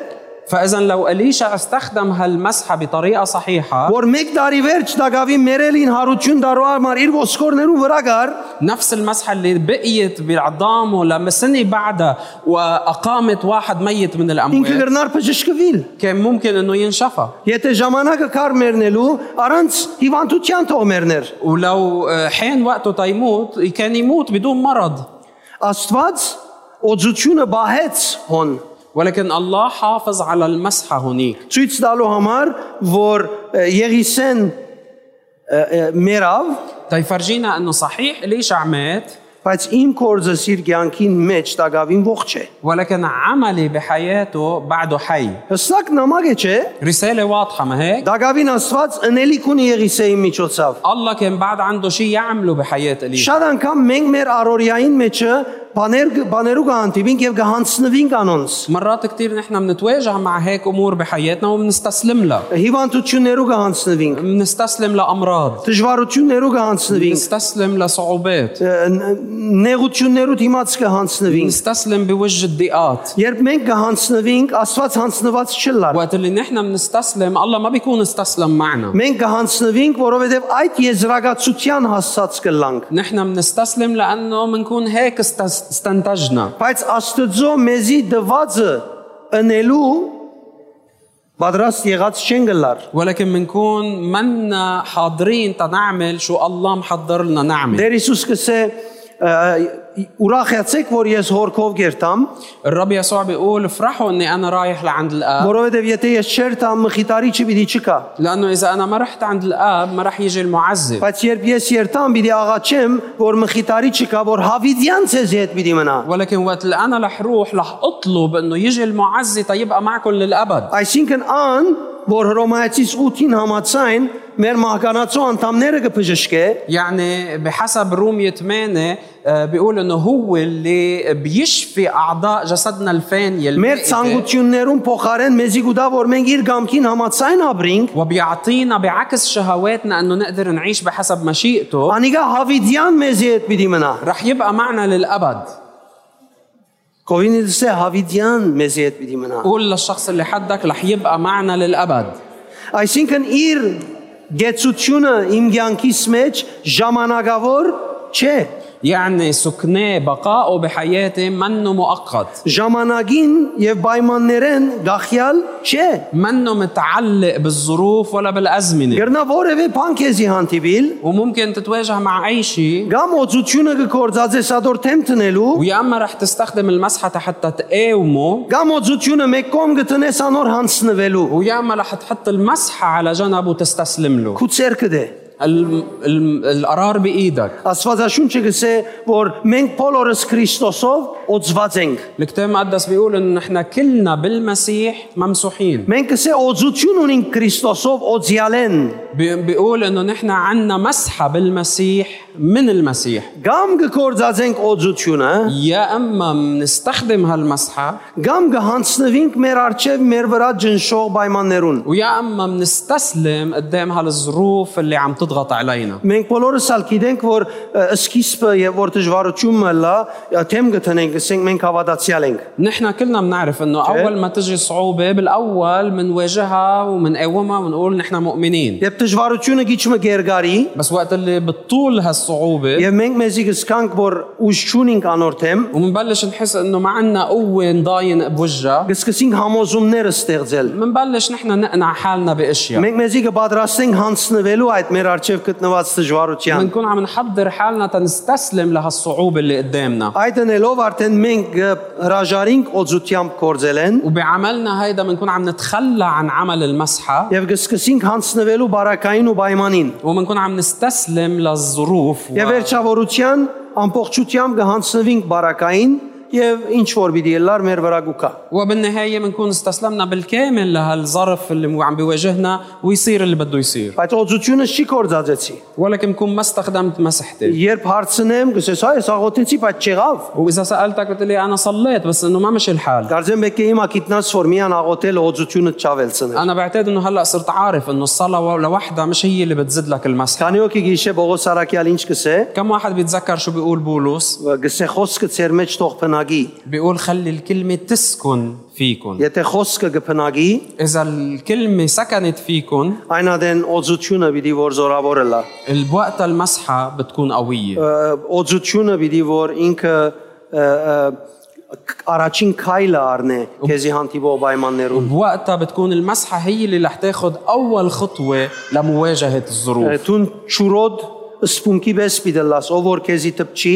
Speaker 2: فإذا لو إليشع استخدم هالمسحة بطريقة صحيحة
Speaker 1: որ մեկ տարի վերջ Դագավի մերելին հարություն դարու համար իր ոսկորներուն վրա գար,
Speaker 2: نفس المسحة اللي بقيت بعظامه لما سنة بعدها وأقامت واحد ميت من
Speaker 1: ինքը
Speaker 2: الأموات
Speaker 1: գրնար բժշկվել։
Speaker 2: كان ممكن إنه ينشفى
Speaker 1: Եթե ժամանակը կար մերնելու, առանց հիվանդության թող մերներ։
Speaker 2: ولو آه، حان وقته تيموت كان يموت بدون مرض
Speaker 1: Աստված օծությունը բահեց հոն
Speaker 2: ولكن الله حافظ على المسحة هنيك
Speaker 1: ցույց տալու համար, որ ը, Եղիսեն ը, ը, մերավ,
Speaker 2: تيفرجينا إنه صحيح إليشع مات
Speaker 1: բայց իմ կորձը իր կյանքին մեջ Դագավին ողջ է։
Speaker 2: ولكن عملي بحياته بعده حي
Speaker 1: Հստակ նամակ է, չէ՞։
Speaker 2: رسالة واضحة ما هيك
Speaker 1: Դագավին Աստված ընելիք ունի Եղիսեի միջոցով։
Speaker 2: الله كان بعد عنده شيء يعمله بحياة إليشع
Speaker 1: Շատ անգամ մենք մեր առօրյային մեջը բաներ բաներու կհանդիպինք եւ կհանցնվինք անոնց։
Speaker 2: مرات كتير نحن بنتواجه مع هيك أمور بحياتنا وبنستسلم لها
Speaker 1: Հիվանդություններու կհանցնվինք,
Speaker 2: منستسلم لامراض
Speaker 1: դժվարություններու կհանցնվինք,
Speaker 2: منستسلم لصعوبات
Speaker 1: ը, ն- նեղություններու դիմաց կհանցնվինք։
Speaker 2: منستسلم بوجه الضيقات
Speaker 1: Երբ մենք կհանցնվինք, Աստված հանցնված չլա։
Speaker 2: وقت اللي نحن منستسلم الله ما بيكون استسلم معنا
Speaker 1: Մենք կհանցնվինք, որովհետեւ այդ եզրակացության հասած կլանք։
Speaker 2: نحن منستسلم لانه منكون هيك است- استنتجنا
Speaker 1: Բայց Աստծո մեզի դվածը ընելու պատրաստ եղած չեն գլար։
Speaker 2: ولكن منكون منا حاضرين تنعمل شو الله محضر لنا نعمل
Speaker 1: Դեր Հիսուս կսե «Ա, ուրախացեք, որ ես հորքով գերտամ,
Speaker 2: الرب يسوع بيقول افرحوا اني انا رايح لعند الاب
Speaker 1: որովհետև եթե ես չեր տամ մխիտարի չպիտի չկա։
Speaker 2: لانه اذا انا ما رحت عند الاب ما رح يجي المعزب
Speaker 1: Բայց երբ ես երտամ, պիտի աղաչեմ, որ մխիտարի չկա, որ հավիդյան ցեզ հետ պիտի մնա։
Speaker 2: ولكن وقت اللي انا رح روح رح اطلب انه يجي المعزي تيبقى معكم للابد
Speaker 1: Այսինքն ան, որ Հռոմայացիս 8-ին համաձայն մեր մահկանացու անդամները կփժշկե,
Speaker 2: يعني بحسب رومية 8 آه، بيقول انه هو اللي بيشفي اعضاء جسدنا الفانية
Speaker 1: մեր
Speaker 2: الميتة
Speaker 1: ցանկություններուն փոխարեն մեզի գուտա, որ մենք իր գամքին համաձայն ապրենք,
Speaker 2: وبيعطينا بعكس شهواتنا انه نقدر نعيش بحسب مشيئته
Speaker 1: անիկա հավիդյան մեզի հետ պիտի մնա։
Speaker 2: رح يبقى معنا للابد
Speaker 1: Կովինիդսը հավիդյան մեզի հետ պիտի մնա։
Speaker 2: قول للشخص اللي حدك رح يبقى معنا للابد
Speaker 1: Այսինքն իր գեցությունը իմ ցանկիս մեջ ժամանակավոր չէ։
Speaker 2: يعني سكناه بقائه بحياتي منه مؤقت
Speaker 1: Ժամանակին եւ պայմաններեն գախյալ չէ։
Speaker 2: منه متعلق بالظروف ولا بالازمنه
Speaker 1: Գերնա որևէ բանկեզի հանդիպիլ,
Speaker 2: وممكن تتواجه مع اي شيء
Speaker 1: գամ օծությունը կկործածե սադոր թեմ տնելու,
Speaker 2: ويا اما رح تستخدم المسحه حتى تقاومه
Speaker 1: գամ օծությունը մեկ կողմ գտնես անոր հանցնվելու։
Speaker 2: ويا اما رح تحط المسحه على جنب وتستسلم له
Speaker 1: Քու ցերկը դե։
Speaker 2: الم... الم... القرار بايدك
Speaker 1: Աստվածաշունչը գսե, որ մենք բոլորս Քրիստոսով օծված ենք։
Speaker 2: الكتاب المقدس بيقول انه نحن كلنا بالمسيح ممسوحين
Speaker 1: Մենք գսե օծություն ունենք Քրիստոսով օծյալեն։
Speaker 2: بي- بيقول انه نحن عنا مسحه بالمسيح من المسيح
Speaker 1: Գամ գործածենք օծությունը,
Speaker 2: يا اما بنستخدم هالمسحه
Speaker 1: գամ կհանցնվենք մեր արջև մեր վրա ճնշող պայմաններուն։
Speaker 2: ويا اما بنستسلم قدام هالظروف اللي عم تضغط علينا
Speaker 1: Մենք բոլորս ալ գիտենք, որ ը, սկիզբը եւ որ դժվարությունը լա, թեմ գտնենք, ասենք մենք հավատացյալ ենք։
Speaker 2: نحن كلنا بنعرف انه اول ما تجي صعوبه بالاول بنواجهها وبنقاومها وبنقول نحن مؤمنين
Speaker 1: Եթե դժվարությունը գիճը գերգարի,
Speaker 2: بس وقت اللي بتطول هالصعوبه
Speaker 1: եւ մենք մեզի կսկանք, որ ուժ չունենք անորթեմ,
Speaker 2: ومنبلش نحس انه ما عنا قوه نضاين بوجهها
Speaker 1: կսկսենք համոզումներ ստեղծել։
Speaker 2: منبلش نحن نقنع حالنا باشياء
Speaker 1: Մենք մեզի կպատրաստենք հանցնվելու այդ մեր արջև գտնված դժվարության։
Speaker 2: بنكون عم نحضر حالنا تنستسلم لهالصعوبه اللي قدامنا
Speaker 1: Այդ ընելով արդեն մենք ը, հրաժարինք օծությամբ կործելեն
Speaker 2: وبعملنا هيدا بنكون عم نتخلى عن عمل المسحه
Speaker 1: եւ կսկսենք հանցնվելու բարակային ու պայմանին։
Speaker 2: وبنكون عم نستسلم للظروف و...
Speaker 1: Եվ վերջավորության ամբողջությամբ կհանցնվենք բարակային եւ ինչ որ պիտի լար մեր վրա գուկա։
Speaker 2: وبالنهايه بنكون استسلمنا بالكامل لهالظرف اللي مو- عم بيواجهنا ويصير اللي بده يصير
Speaker 1: Բայց օծությունը չի կործածեցի։
Speaker 2: ولكن بكون ما استخدمت مسحتي
Speaker 1: Երբ հարցնեմ, կսես այ ես աղոթեցի, բայց չեղավ։
Speaker 2: واذا سالتك بتقلي انا صليت بس انه ما مشي الحال
Speaker 1: Դարձեմ մեկ է հիմա գիտնաս որ միան աղոթել օծությունը չավելցնել։
Speaker 2: انا بعتقد انه هلا صرت عارف انه الصلاه لوحدها مش هي اللي بتزيد لك المسح
Speaker 1: Քանի օքի գիշե Պողոս Արաքյալ ինչ կսե,
Speaker 2: كم واحد بيتذكر شو بيقول بولس
Speaker 1: կսե խոսքը ծեր մեջ թող փնագի։
Speaker 2: بيقول خلي الكلمه تسكن فيكم
Speaker 1: Եթե խոսքը կփնագի,
Speaker 2: اذا الكلمه سكنت فيكم
Speaker 1: այնադեն օծությունը պիտի որ զորավորը լա։
Speaker 2: الوقت المسحه بتكون قويه
Speaker 1: օծությունը պիտի որ ինքը ը, ը, կ- առաջին քայլը առնե քեզի հանդիպող պայմաններում
Speaker 2: بوقتها بتكون المسحه هي اللي رح تاخذ اول خطوه لمواجهه الظروف
Speaker 1: դուն ճուրոդ սպունկի պես պիտի լաս ով որ քեզի տպչի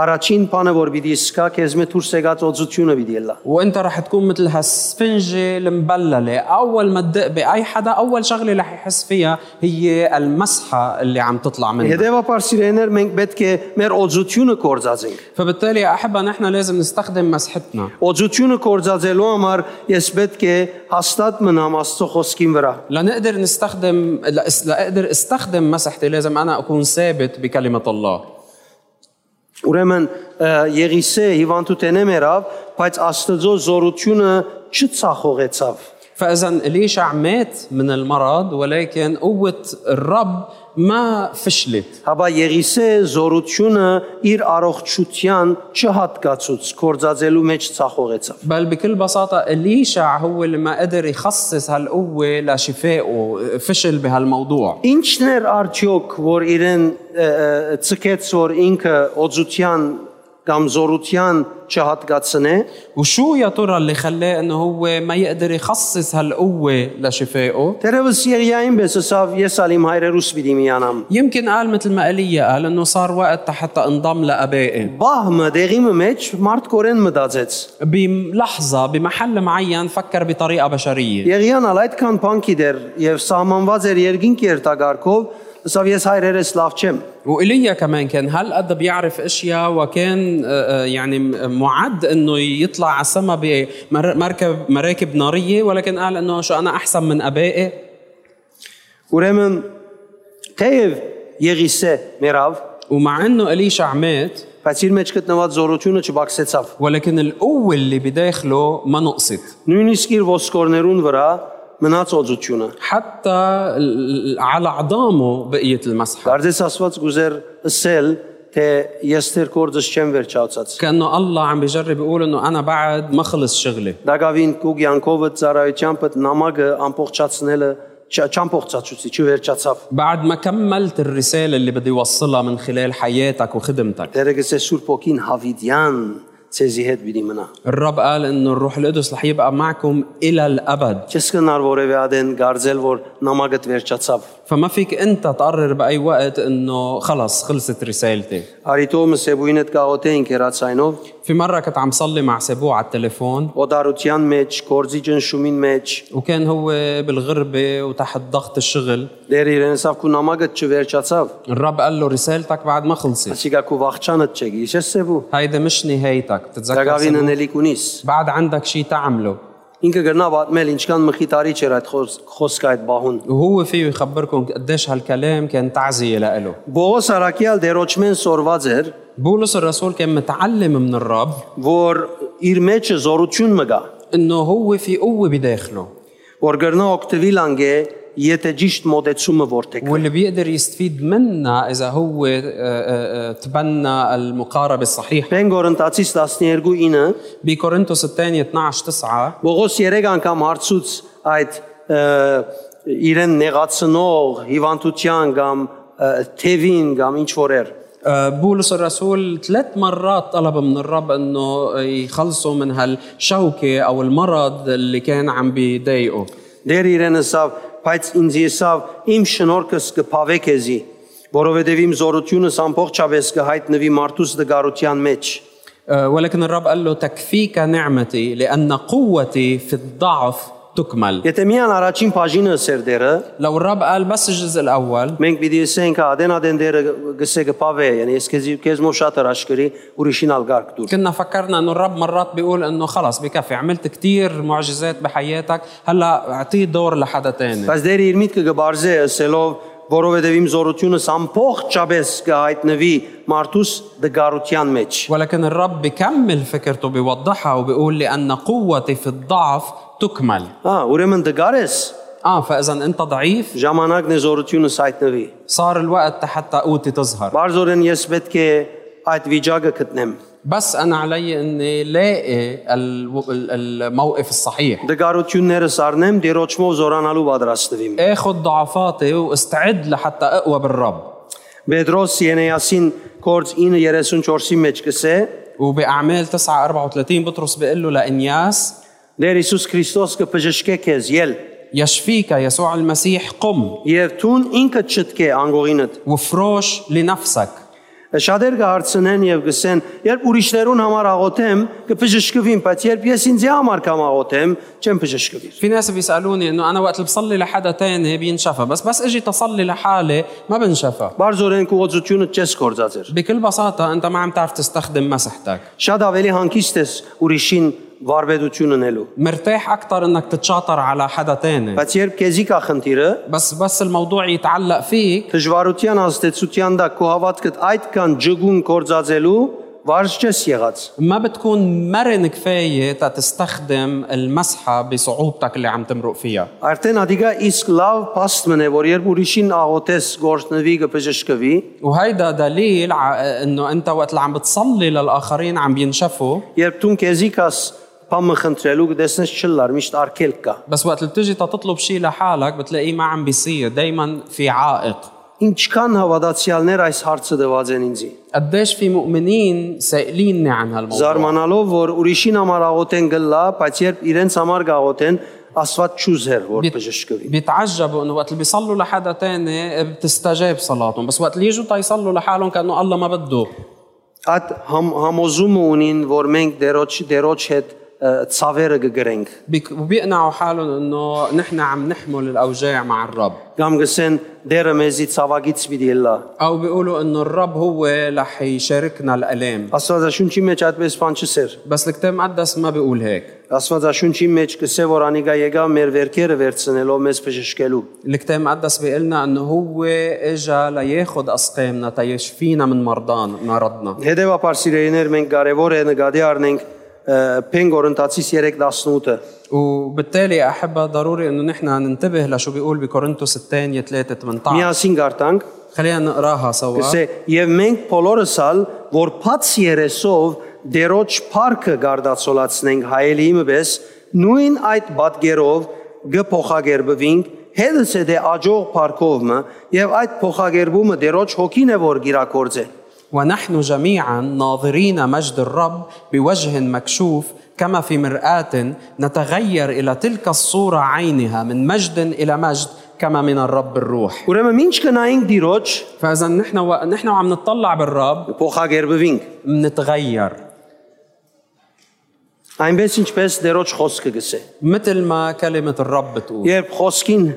Speaker 1: առաջին բանը որ պիտի սկա քեզ մե դուրս եկած օծությունը պիտի լա
Speaker 2: وانت رح تكون مثل هالسفنجه المبلله اول ما تدق باي حدا اول شغله رح يحس فيها هي المسحه اللي عم تطلع منها
Speaker 1: Հետևաբար սիրեներ դե մենք պետք է մեր օծությունը կործածենք
Speaker 2: فبالتالي يا احبه نحن لازم نستخدم مسحتنا
Speaker 1: օծությունը կործածելու համար ես պետք է հաստատ մնամ Աստծո խոսքին վրա
Speaker 2: لنقدر نستخدم لأس- لاقدر استخدم مسحتي لازم انا اكون ثابت بكلمه الله
Speaker 1: Ուրեմն ը, Եղիսե հիվանդուտենեմ երավ, բայց Աստծո զորությունը չծախողեցավ։
Speaker 2: فاذا اليشع مات من المرض ولكن قوه الرب ما فشلت
Speaker 1: Հաբա Եղիսե զորությունը իր առողջության չհատկացուց կործածելու մեջ ծախողեցավ։
Speaker 2: بل بكل بساطة إليشع هو اللي ما قدر يخصص هالقوة لشفائه فشل بهالموضوع
Speaker 1: Ինչն էր արդյոք, որ իրեն ը, ը, ցկեց, որ ինքը օծության կամ զորության չհատկացնե,
Speaker 2: وشو يا ترى اللي خلاه انه هو ما يقدر يخصص هالقوة لشفائه
Speaker 1: դերևս Եղիային պես ասավ, ես ալ իմ հայրերուս պիտի միանամ։
Speaker 2: يمكن قال مثل ما ايليا قال انه صار وقت حتى انضم لابائه
Speaker 1: Բահմը դեղի մեջ մարդ կորեն մտածեց։
Speaker 2: بلحظة بمحل معين فكر بطريقة بشرية
Speaker 1: Եղիան ալ այդքան բանկի դեր եւ սահմանված էր երկինք երտագարկով ասավ ես հայրերս լավ չեմ
Speaker 2: وإيليا كمان كان هالقد بيعرف اشياء وكان آه، آه، يعني م- معد انه يطلع على السما بمركب مراكب نارية ولكن قال انه شو انا احسن من ابائي
Speaker 1: ուրեմն թեև Եղիսե մերավ
Speaker 2: ومع انه إليشع مات
Speaker 1: բայց իր մեջ գտնված զորությունը չբացեցավ
Speaker 2: ولكن القوة اللي بداخله ما نقصت
Speaker 1: նույնիսկ իր ոսկորներուն վրա մնաց օծությունը
Speaker 2: حتى ال- ال- على عظامه بقية المسحة
Speaker 1: դարձես ասված գուզեր ասել թե ես դեր կորձս չեմ վերջացած
Speaker 2: كأنه الله عم بيجرب يقول انه انا بعد ما خلص شغلي
Speaker 1: Դագավին Կուգյանկովը ծառայությամբ նամակը ամբողջացնելը չա- չամբողջացուցի չվերջացավ
Speaker 2: بعد ما كملت الرسالة اللي بدي وصلها من خلال حياتك وخدمتك
Speaker 1: դերը գսե Սուրբ ոգին Հավիդյան ցեզի հետ պիտի մնա
Speaker 2: الرب قال انه الروح القدس رح يبقى معكم الى الابد
Speaker 1: Չես կնար որևէ ադեն գարձել որ նամակդ վերջացավ։
Speaker 2: فما فيك انت تقرر باي وقت انه خلص خلصت رسالتي
Speaker 1: Արիտոմս Սեբուինետ գաղոթեին կերացայինով
Speaker 2: في مرة كنت عم صلي مع سبوع على التليفون
Speaker 1: օդարության մեջ, գործի ճնշումին մեջ,
Speaker 2: وكان هو بالغربة وتحت ضغط الشغل
Speaker 1: դեր իրենսավ քու նամակդ չվերջացավ։
Speaker 2: الرب قال له رسالتك بعد ما خلصت
Speaker 1: Ասիկա քու վախճանդ չեք, իշես Սեբու։
Speaker 2: هيدا مش نهايتك تتذكر
Speaker 1: Դագավին
Speaker 2: سبوع؟
Speaker 1: ընելիք ունիս։
Speaker 2: بعد عندك شيء تعمله
Speaker 1: ինքը գնավ ատմել ինչքան մխիտարիչ էր այդ խոս- խոսքը այդ բահուն։
Speaker 2: وهو فيه يخبركم قديش هالكلام كان تعزية لإله
Speaker 1: Բողոս Արաքյալ դերոճմեն սորված էր,
Speaker 2: بولس الرسول كان متعلم من الرب
Speaker 1: որ իր մեջը զորություն մգա,
Speaker 2: انه هو في قوة بداخله
Speaker 1: որ գրնա օկտվի լանգե, եթե ճիշտ մոտեցումը որտեք։
Speaker 2: واللي بيقدر يستفيد منها اذا هو آه، آه، آه، تبنى المقاربة الصحيحة
Speaker 1: Պենգորընտացից 12:9
Speaker 2: بكورنثوس الثانية 12 9
Speaker 1: Բողոս 3 անգամ հարցուց այդ ը, իրեն նեղացնող հիվանդության կամ ը, թևին կամ ինչ որ էր։
Speaker 2: آه، بولس الرسول ثلاث مرات طلب من الرب انه يخلصه من هالشوكة او المرض اللي كان عم بيضايقه
Speaker 1: Դեր իրեն ասավ, բայց ինձ եսավ իմ շնորհքս կփավե քեզի, որովհետև իմ զորությունս ամբողջապես կհայտնվի մարդուս դգարության մեջ։
Speaker 2: آه، ولكن الرب قال له تكفيك نعمتي لان قوتي في الضعف تكمل
Speaker 1: Եթե միան առաջին բաժինը սեր դերը,
Speaker 2: لو الرب قال بس الجزء الاول
Speaker 1: մենք պիտի ասենք, «Ադեն ադեն դերը գսե կփավե», يعني ես քեզի քեզ մո շատ հրաշքրի ուրիշին ալգարկ դուր։
Speaker 2: كنا فكرنا انه الرب مرات بيقول انه خلص بكفي عملت كتير معجزات بحياتك هلا اعطيه دور لحدا تاني
Speaker 1: Բայց դեր իր միտքը գբարձե ասելով, որովհետև իմ զորությունս ամբողջապես կհայտնվի մարդուս դգարության մեջ։
Speaker 2: ولكن الرب بكمل فكرته بيوضحها وبيقول لان قوتي في الضعف تكمل
Speaker 1: Ահա, ուրեմն դգար ես,
Speaker 2: اه فاذا انت ضعيف
Speaker 1: ժամանակն է զորությունս հայտնվի։
Speaker 2: صار الوقت حتى قوتي تظهر
Speaker 1: Բարձորեն ես պետք է այդ վիճակը գտնեմ։
Speaker 2: بس انا علي اني لاقي الو- ال- الموقف الصحيح
Speaker 1: Դգարություններս առնեմ, դերոճմով զորանալու պատրաստվիմ։
Speaker 2: اخذ ضعفاتي واستعد لحتى اقوى بالرب
Speaker 1: Պետրոս Ենեասին կորց 9:34-ի մեջ կսե,
Speaker 2: وباعمال 9 34 بطرس بيقول له لانياس
Speaker 1: «Դեր Հիսուս Քրիստոս կփժշկե քեզ ել,
Speaker 2: يشفيك يسوع المسيح قم
Speaker 1: եւ ցուն ինքը չտկե անգողինդ»։
Speaker 2: وفروش لنفسك
Speaker 1: Շատեր կհարցնեն եւ գսեն, երբ ուրիշներուն համար աղոթեմ, կփժշկվեմ, բայց երբ ես ինձ համար կամ աղոթեմ, չեմ փժշկվի։
Speaker 2: في ناس بيسالوني انه انا وقت اللي بصلي لحدا تاني بينشفى بس بس اجي تصلي لحالي ما بنشفى
Speaker 1: Բարձորեն կողոցությունը չես կործած էր։
Speaker 2: بكل بساطة أنت ما عم تعرف تستخدم مسحتك
Speaker 1: Շատ ավելի հանգիստ ես ուրիշին վարվեդություն ունելու։
Speaker 2: مرتاح أكثر أنك تتشاطر على حدا تاني
Speaker 1: Բայց երբ քեզի կա խնդիրը,
Speaker 2: بس بس الموضوع يتعلق فيك
Speaker 1: դժվարության աստեցության դա քո հավատքդ այդքան ջգուն կործածելու վարժ չես եղած։
Speaker 2: ما بتكون مرن كفاية تستخدم المسحة بصعوبتك اللي عم تمرق فيها
Speaker 1: Արդեն ադիգա իսկ լավ փաստ մնե, որ երբ ուրիշին աղոթես, գործնվի, կփժշկվի,
Speaker 2: وهيدا دليل ع- انه انت وقت اللي عم بتصلي للاخرين عم بينشفوا
Speaker 1: երբ դու քեզի կաս բամը խնդրելու կտեսնես չլար, միշտ արկելք կա։
Speaker 2: بس وقت اللي بتجي تطلب شيء لحالك بتلاقيه ما عم بيصير دائما في عائق
Speaker 1: Ինչքան հավատացյալներ այս հարցը դված են ինձի։
Speaker 2: قديش في مؤمنين سائليني عن هالموضوع
Speaker 1: Զարմանալով, որ ուրիշին համար աղոթեն գլա, բայց երբ իրենց համար գաղոթեն, Աստված ճուզեր, որ
Speaker 2: بيت-
Speaker 1: բժշկվի։
Speaker 2: بيتعجبوا انه وقت اللي بيصلوا لحدا تاني بتستجاب صلاتهم بس وقت اللي يجوا تيصلوا لحالهم كانه الله ما بده
Speaker 1: Այդ համ, համոզումը ունին, որ մենք դերոջ դերոջ հետ ը, ցավերը կգրենք։
Speaker 2: بيك- وبيقنعوا حالهم انه نحن عم نحمل الاوجاع مع الرب
Speaker 1: Կամ գսեն դերը մեզի ցավագից պիտի լա։
Speaker 2: او بيقولوا انه الرب هو رح يشاركنا الالام
Speaker 1: Աստվածաշունչի մեջ այդպես բան չսեր։
Speaker 2: بس الكتاب المقدس ما بيقول هيك
Speaker 1: Աստվածաշունչի մեջ կսե, որ անիգա եկա մեր վերքերը վերցնելով մեզ բժշկելու։
Speaker 2: الكتاب المقدس بيقلنا انه هو اجا لياخد اسقامنا تيشفينا من مرضان مرضنا
Speaker 1: Հետևաբար սիրելիներ մենք կարևոր է նկատի առնենք Փենգորընտացիս 3:18-ը։
Speaker 2: وبالتالي احبها ضروري انه نحن ننتبه لشو بيقول بكورنثوس الثانيه 3 18
Speaker 1: Միասին գարտանք,
Speaker 2: خلينا نقراها سوا
Speaker 1: ասե, եւ մենք բոլորս ալ որ փած երեսով դերոջ парքը գարդացոլացնենք հայելի իմպես, նույն այդ բադգերով գփոխագերբվինք հետս է դե աջող парքովը եւ այդ փոխագերբումը դերոջ հոգին է որ գիրակորձե։
Speaker 2: ونحن جميعا ناظرين مجد الرب بوجه مكشوف كما في مرآة نتغير إلى تلك الصورة عينها من مجد إلى مجد كما من الرب الروح
Speaker 1: Ուրեմն ինչ կնայինք դիրոջ
Speaker 2: فإذا نحن و... نحن وعم نتطلع بالرب
Speaker 1: փոխագերբվինք,
Speaker 2: منتغير
Speaker 1: այնպես ինչպես դերոջ խոսքը գսե։
Speaker 2: مثل ما كلمة الرب بتقول
Speaker 1: Երբ խոսքին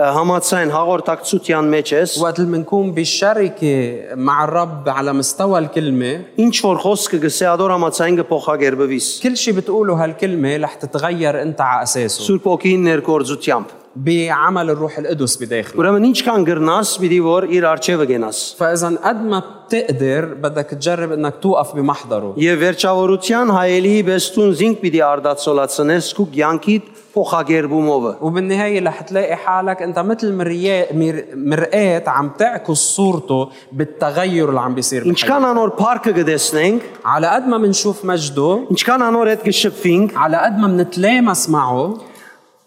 Speaker 1: համացան հաղորդակցության մեջ ես,
Speaker 2: وقت اللي بنكون بالشركة مع الرب على مستوى الكلمة
Speaker 1: ինչ որ խոսքը գսե ադոր համացան կփոխագերբվիս։
Speaker 2: كل شيء بتقوله هالكلمة رح تتغير أنت على أساسه
Speaker 1: Սուրբ ոգին ներկործությամբ։
Speaker 2: بعمل الروح القدس بداخلك
Speaker 1: Ուրեմն ինչքան գրնաս, պիտի որ իր արջևը գնաս։
Speaker 2: فإذا قد ما بتقدر بدك تجرب أنك توقف بمحضره
Speaker 1: Եվ վերջավորության հայելի բեստուն զինք պիտի արդացոլացնես քու ցանկիդ փոխագերբումովը։
Speaker 2: وبالنهاية رح تلاقي حالك أنت مثل مريا- مر- مرآة عم تعكس صورته بالتغير اللي عم بيصير بحياتك
Speaker 1: Ինչքան անոր парքը գտեսնենք,
Speaker 2: على قد ما بنشوف مجده
Speaker 1: ինչքան անոր հետ կշփվենք,
Speaker 2: على قد ما بنتلامس معه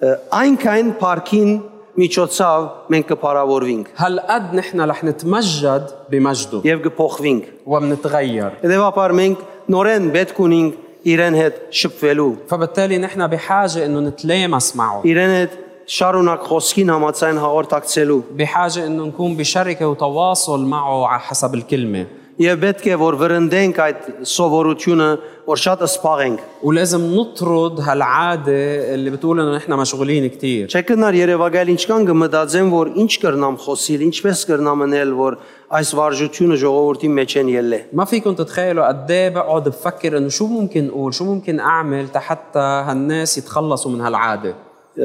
Speaker 1: այնքան парքին միջոցով մենք կփարավորվենք
Speaker 2: هالقد نحن رح نتمجد بمجده
Speaker 1: եւ կփոխվենք։
Speaker 2: وبنتغير
Speaker 1: Եդեվաբար մենք նորեն պետք ունենք իրեն հետ շփվելու,
Speaker 2: فبالتالي نحن بحاجة إنه نتلامس معه
Speaker 1: իրեն հետ շարունակ խոսքին համացան հաղորդակցելու։
Speaker 2: بحاجة إنه نكون بشركة وتواصل معه على حسب الكلمة
Speaker 1: Եվ պետք է որ վրընդենք այդ սովորությունը, որ շատ սփաղենք։
Speaker 2: ولازم نطرد هالعادة اللي بتقول إنه نحن مشغولين كتير
Speaker 1: Չէ կնար Երևանալ ինչքան կմտածեմ, որ ինչ կրնամ խոսիլ, ինչպես կրնամ անել, որ այս վարժությունը ժողովրդի մեջ են ելլե։
Speaker 2: ما فيكم تتخيلوا قد ايه بقعد بفكر انه شو ممكن اقول شو ممكن اعمل حتى هالناس يتخلصوا من هالعاده
Speaker 1: ը,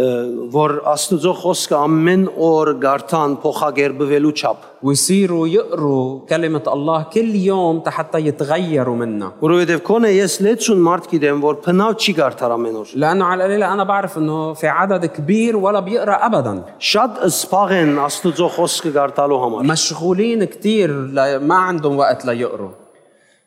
Speaker 1: Որ Աստուծո խոսքը ամեն օր գարթան փոխագերբվելու չափ,
Speaker 2: ويصيروا يقروا كلمه الله كل يوم حتى يتغيروا منها
Speaker 1: որովհետև կոնե ես լեցուն մարդ գիտեմ, որ փնավ չի գարթար ամեն օր։
Speaker 2: لانه على القليله انا بعرف انه في عدد كبير ولا بيقرا ابدا
Speaker 1: Շատ սփաղ են Աստուծո խոսքը գարտալու համար։
Speaker 2: مشغولين كثير ما عندهم وقت ليقروا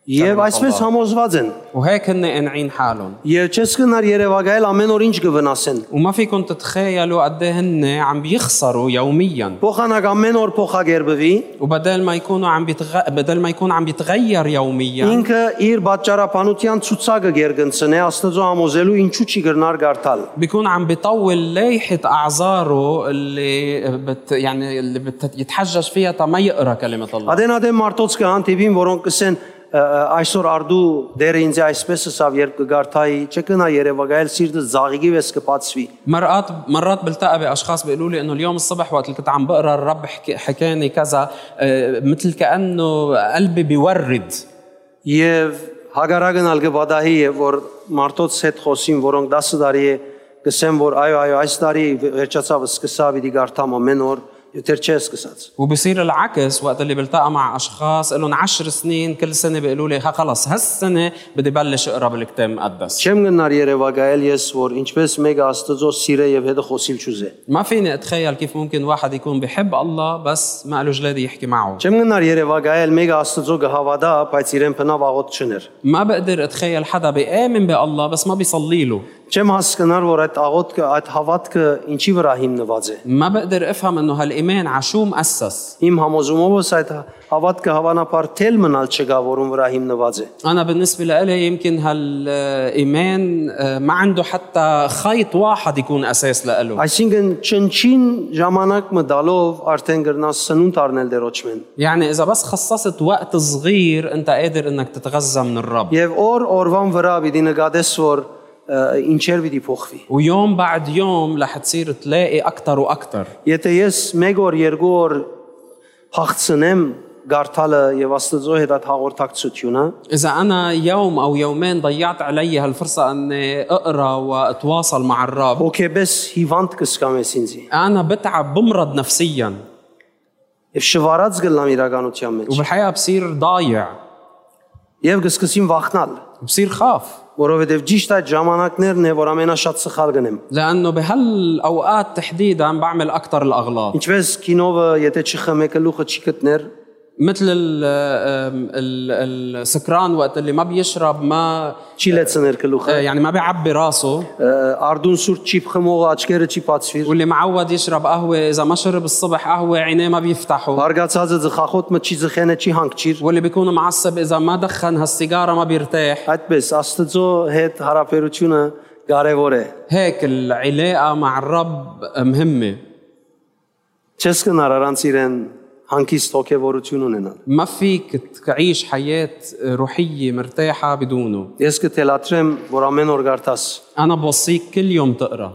Speaker 1: Եվ այսպես համոզված են։
Speaker 2: وهيك هن قانعين حالهم
Speaker 1: Եվ չես կնար Երևանալ ամեն օր ինչ կվնասեն։
Speaker 2: وما فيكم تتخيلوا قد ايه هن عم بيخسروا يوميا
Speaker 1: Փոխանակ ամեն օր փոխագերբվի,
Speaker 2: وبدل ما يكونوا عم بيتغ... بدل ما يكون عم بيتغير يوميا
Speaker 1: Ինքը իր բաճարապանության ցուցակը գերգնցնե Աստծո համոզելու ինչու չի գրնար գարտալ։
Speaker 2: بيكون عم بيطول لايحة أعذاره اللي بت يعني اللي بت يتحجج فيها تا ما يقرأ كلمة الله
Speaker 1: Ադենադեմ մարդոց կհանդիպին, որոնք կսեն «Ա, ա, այսօր արդու դերը ինձ այսպես հսավ երբ կգարտայի, չկնա Երևանայել սիրտը զաղիգի վես կբացվի։
Speaker 2: مرات مرات بلتقى باشخاص بيقولوا لي انه اليوم الصبح وقت اللي كنت عم بقرا الرب حكي حكاني كذا آه، مثل كانه قلبي بيورد
Speaker 1: Եվ հագարագն ալ կբադահի է, որ մարդոց հետ խոսին, որոնք 10 տարի է կսեն, որ այո, այո, այս տարի վերջացավ սկսավ իդի գարտամ ամեն օր, եւ դեռ չէ սկսած։
Speaker 2: وبصير العكس وقت اللي بلتقى مع اشخاص لهم عشر سنين كل سنه بيقولوا لي "ها خلص هالسنه بدي بلش اقرا بالكتاب المقدس
Speaker 1: Չեմ գնար Երևանայել ես, որ ինչպես մեկը Աստծո սիրե եւ հետը խոսիլ չուզե։
Speaker 2: ما فيني اتخيل كيف ممكن واحد يكون بحب الله بس ما له جلادي يحكي معه
Speaker 1: Չեմ գնար Երևանայել մեկը Աստծո գհավադա, բայց իրեն փնավ աղոտ չներ։
Speaker 2: ما بقدر اتخيل حدا بيآمن بالله بس ما بيصلي له
Speaker 1: Չեմ հասկանար, որ այդ աղոտքը, այդ հավատքը ինչի վրա հիմնված է։
Speaker 2: ما بقدر افهم انه هالايمان على شو مؤسس
Speaker 1: Իմ համոզումովս այդ հավատքը հավանաբար թել մնալ չկա, որում վրա հիմնված է։
Speaker 2: انا بالنسبه لإلي يمكن هالايمان آه، ما عنده حتى خيط واحد يكون اساس لإله
Speaker 1: Այսինքն չնչին ժամանակ մտալով արդեն գրնաս սնունդ առնել դերոճմեն։
Speaker 2: يعني اذا بس خصصت وقت صغير انت قادر انك تتغذى من الرب
Speaker 1: Եվ օր օրվան վրա պիտի նկատես, որ ը, ինչեր պիտի փոխվի։
Speaker 2: ويوم بعد يوم رح تصير تلاقي اكثر واكثر
Speaker 1: Եթե ես 1 օր, 2 օր հացնեմ գարտալը եւ Աստծո հետ այդ հաղորդակցությունը,
Speaker 2: اذا انا يوم او يومين ضيعت علي هالفرصه اني اقرا واتواصل مع الرب
Speaker 1: հոգեբես հիվանդ կսկամ ես ինձի։
Speaker 2: انا بتعب بمرض نفسيا
Speaker 1: Եվ շվարած գլամ իրականության մեջ։
Speaker 2: وبالحقيقه بصير ضايع
Speaker 1: Եվ կսկսեմ վախնալ,
Speaker 2: وبصير خاف
Speaker 1: որովհետեւ ճիշտ այդ ժամանակներն է, որ ամենաշատ սխալ գնեմ։
Speaker 2: لانه بهالاوقات تحديدا بعمل اكثر الاغلاط
Speaker 1: Ինչպես կինովը, եթե չխմեք լուխը չի գտներ,
Speaker 2: مثل ال- آم، ال- السكران وقت اللي ما بيشرب ما
Speaker 1: չի լեցներ գլուխը,
Speaker 2: آه، يعني ما بيعبي راسه
Speaker 1: ը, արդուն սուրճ չի փխմող, աչքերը չի բացվիր։
Speaker 2: واللي معود يشرب قهوه اذا ما شرب الصبح قهوه عينيه ما بيفتحوا
Speaker 1: Հարգացածը ծխախոտ մը չի ծխենը չի հանգչիր։
Speaker 2: واللي بيكون معصب اذا ما دخن هالسيجاره ما بيرتاح
Speaker 1: Այդպես Աստծո հետ հարաբերությունը կարևոր է։
Speaker 2: هيك العلاقه مع الرب مهمه
Speaker 1: Չես կնար առանց իրեն հանկիստ հոգևորություն ունենալ։
Speaker 2: ما فيك تعيش حياه روحيه مرتاحه بدونه
Speaker 1: Ես կթելաթրեմ, որ ամեն օր գարտաս։
Speaker 2: انا بوصيك كل يوم تقرا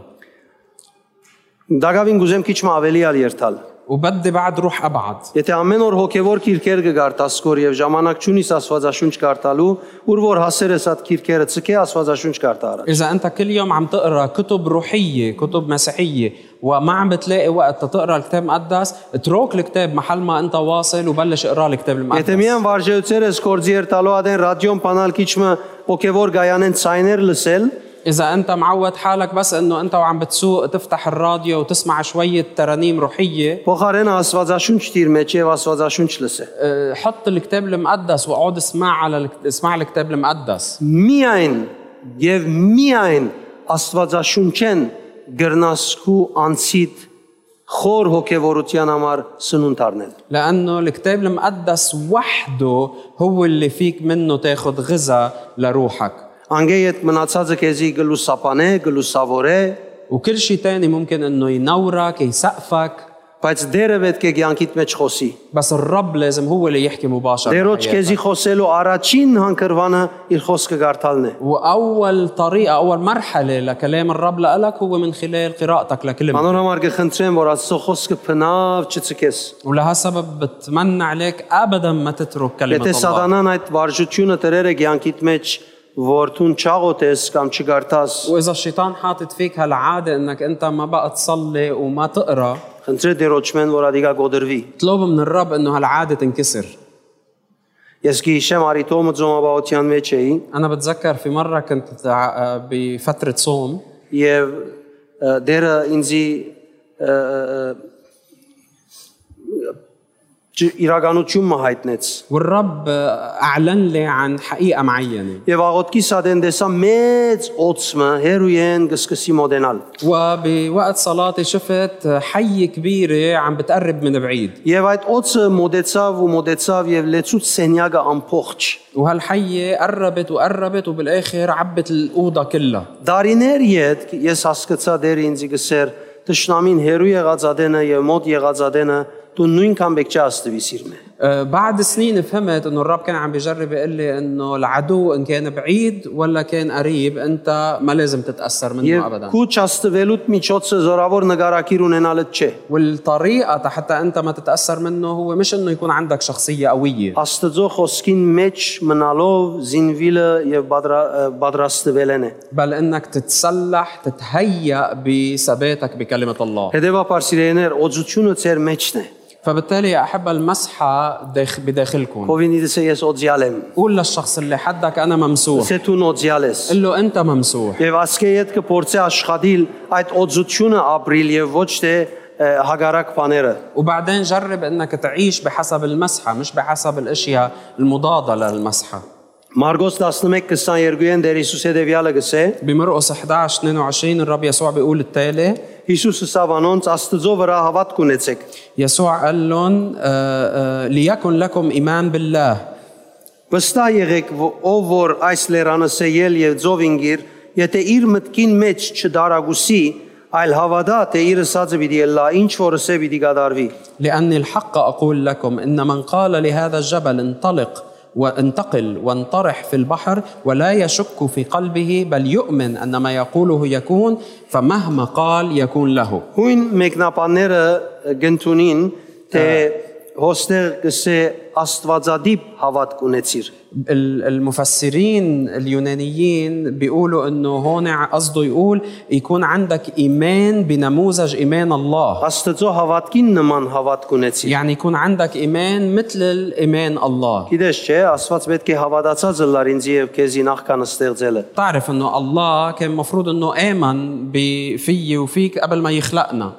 Speaker 1: Դակավին գուզեմ քիչ մ ավելի ալ երթալ։
Speaker 2: وبدي بعد روح ابعد
Speaker 1: Եթե ամեն օր հոգևոր քիրքեր կգարտասկոր եւ ժամանակ չունիս Աստվածաշունչ կարտալու, ուր որ հասերես այդ քիրքերը ցկե Աստվածաշունչ կարտարը։
Speaker 2: إذا أنت كل يوم عم تقرأ كتب روحية كتب مسيحية وما عم بتلاقي وقت تقرأ الكتاب المقدس اترك الكتاب محل ما أنت واصل وبلش اقرأ الكتاب
Speaker 1: Եթե
Speaker 2: المقدس
Speaker 1: միան վարժեություներս կորձի երթալու ադեն ռադիոն բանալ քիչը հոգևոր գայանեն ցայներ լսել,
Speaker 2: إذا أنت معود حالك بس إنه أنت وعم بتسوق تفتح الراديو وتسمع شوية ترانيم روحية
Speaker 1: փոխարեն Աստվածաշունչ դիր մեջ եւ Աստվածաշունչ լսե։
Speaker 2: اه، حط الكتاب المقدس واقعد اسمع على الك- اسمع الكتاب المقدس
Speaker 1: Միայն եւ միայն Աստվածաշունչեն գրնասկու անցիդ խոր հոգևորության համար սնունդ առնել։
Speaker 2: لأنه الكتاب المقدس وحده هو اللي فيك منه تاخد غذاء لروحك
Speaker 1: Անգե այդ մնացածը քեզի գլու սապանե, գլու սավորե,
Speaker 2: وكل شيء تاني ممكن انه ينورك يسقفك
Speaker 1: բայց դերը պետք է ցանկիտ մեջ խոսի։
Speaker 2: بس الرب لازم هو اللي يحكي مباشرة
Speaker 1: Դերոջ
Speaker 2: بحياتك.
Speaker 1: քեզի խոսելու առաջին հանգրվանը իր խոսքը գարտալն է։
Speaker 2: واول طريقه اول مرحله لكلام الرب لك هو من خلال قراءتك لكلمته
Speaker 1: Մանոր համար կխնդրեմ, որ Աստծո խոսքը փնավ չծկես։
Speaker 2: ولهالسبب بتمنى عليك ابدا ما تترك كلمه
Speaker 1: Եթե
Speaker 2: الله
Speaker 1: սատանան այդ վարժությունը դրեր է ցանկիտ մեջ, որ դուն չաղոթես կամ չգարտաս,
Speaker 2: واذا الشيطان حاطط فيك هالعاده انك انت ما بقى تصلي وما تقرا
Speaker 1: խնդրե դերոջմեն, որ ադիգա գոդրվի։
Speaker 2: اطلب من الرب انه هالعاده تنكسر
Speaker 1: Ես գիշեմ արիտոմը ծոմաբաության մեջ էի
Speaker 2: انا بتذكر في مره كنت تع- بفتره صوم
Speaker 1: եւ ը, դերը ինձի ը, ը, ջ- իրականությունը հայտնեց։
Speaker 2: والرب اعلن لي عن حقيقه معينه
Speaker 1: Եվ աղոտքի սադեն դեսա մեծ օծմը հերույեն գսկսի մոդենալ։
Speaker 2: وبوقت صلاتي شفت حية كبيرة عم بتقرب من بعيد
Speaker 1: Եվ այդ օծը մոդեցավ ու մոդեցավ եւ լեցուց սենյակը ամփոխջ։
Speaker 2: وهالحية قربت وقربت وبالآخر عبت الأوضة كلها
Speaker 1: Դարիներ յետ ես հասկացա դեր ինձ գսեր Տշնամին հերու եղած ադենը եւ մոտ եղած ադենը դու նույնքան բեք չաստվի սիրմե։
Speaker 2: أه، بعد سنين فهمت انه الرب كان عم بيجرب يقول لي انه العدو ان كان بعيد ولا كان قريب انت ما لازم تتاثر منه
Speaker 1: Եվ
Speaker 2: ابدا
Speaker 1: քու չաստվելուց միջոցը զորավոր նկարակիր ունենալը չէ։
Speaker 2: والطريقه حتى انت ما تتاثر منه هو مش انه يكون عندك شخصيه قويه
Speaker 1: Աստծո խոսքին մեջ մնալով զինվիլը եւ բադրա- բադրաստվելն է։
Speaker 2: بل انك تتسلح تتهيأ بثباتك بكلمه الله
Speaker 1: Հետևաբար սիրեներ օծությունը ծեր մեջն է։
Speaker 2: فبالتالي احب المسحه داخ- بداخلكم
Speaker 1: Հովինիդեսը ես օծյալ եմ։
Speaker 2: قول للشخص اللي حدك انا ممسوح
Speaker 1: Սե դու օծյալ ես։
Speaker 2: قل له انت ممسوح
Speaker 1: Եվ ասկե հետ կփորձի աշխատիլ այդ օծությունը ապրիլ եւ ոչ թե ը, հագարակ բաները։
Speaker 2: وبعدين جرب انك تعيش بحسب المسحه مش بحسب الاشياء المضاده للمسحه
Speaker 1: Մարգոս 11:22-ին դեր Հիսուսը դեվյալը գսե.
Speaker 2: بمرقس 11 22 الرب يسوع بيقول التالي
Speaker 1: Հիսուսը սավանոնց Աստծո վրա հավատք ունեցեք։
Speaker 2: يسوع قال لهم آه، آه، ليكن لكم ايمان بالله
Speaker 1: Վստահ եղեք, ո- ով որ այս լերանը սեյել եւ ծովինգիր, եթե իր մտքին մեջ չդարագուսի, այլ հավատա, թե իր ասածը պիտի լա, ինչ որ ասե պիտի գադարվի։
Speaker 2: لاني الحق اقول لكم ان من قال لهذا الجبل انطلق وانتقل وانطرح في البحر ولا يشك في قلبه بل يؤمن ان ما يقوله يكون فمهما قال يكون له
Speaker 1: Հույն մեկնաբանները գնտունին, թե հոստեղ գսե Աստվածադիպ հավատք ունեցիր։
Speaker 2: ال- المفسرين اليونانيين بيقولوا انه هون قصده يقول يكون عندك ايمان بنموذج ايمان الله
Speaker 1: Աստծո հավատքին նման հավատք ունեցի։
Speaker 2: يعني يكون عندك ايمان مثل الايمان الله
Speaker 1: Գիտես չէ, Աստված պետք է հավատացածը լար ինձ եւ քեզի նախքան ստեղծելը։
Speaker 2: تعرف انه الله كان مفروض انه امن ب- فيي وفيك قبل ما يخلقنا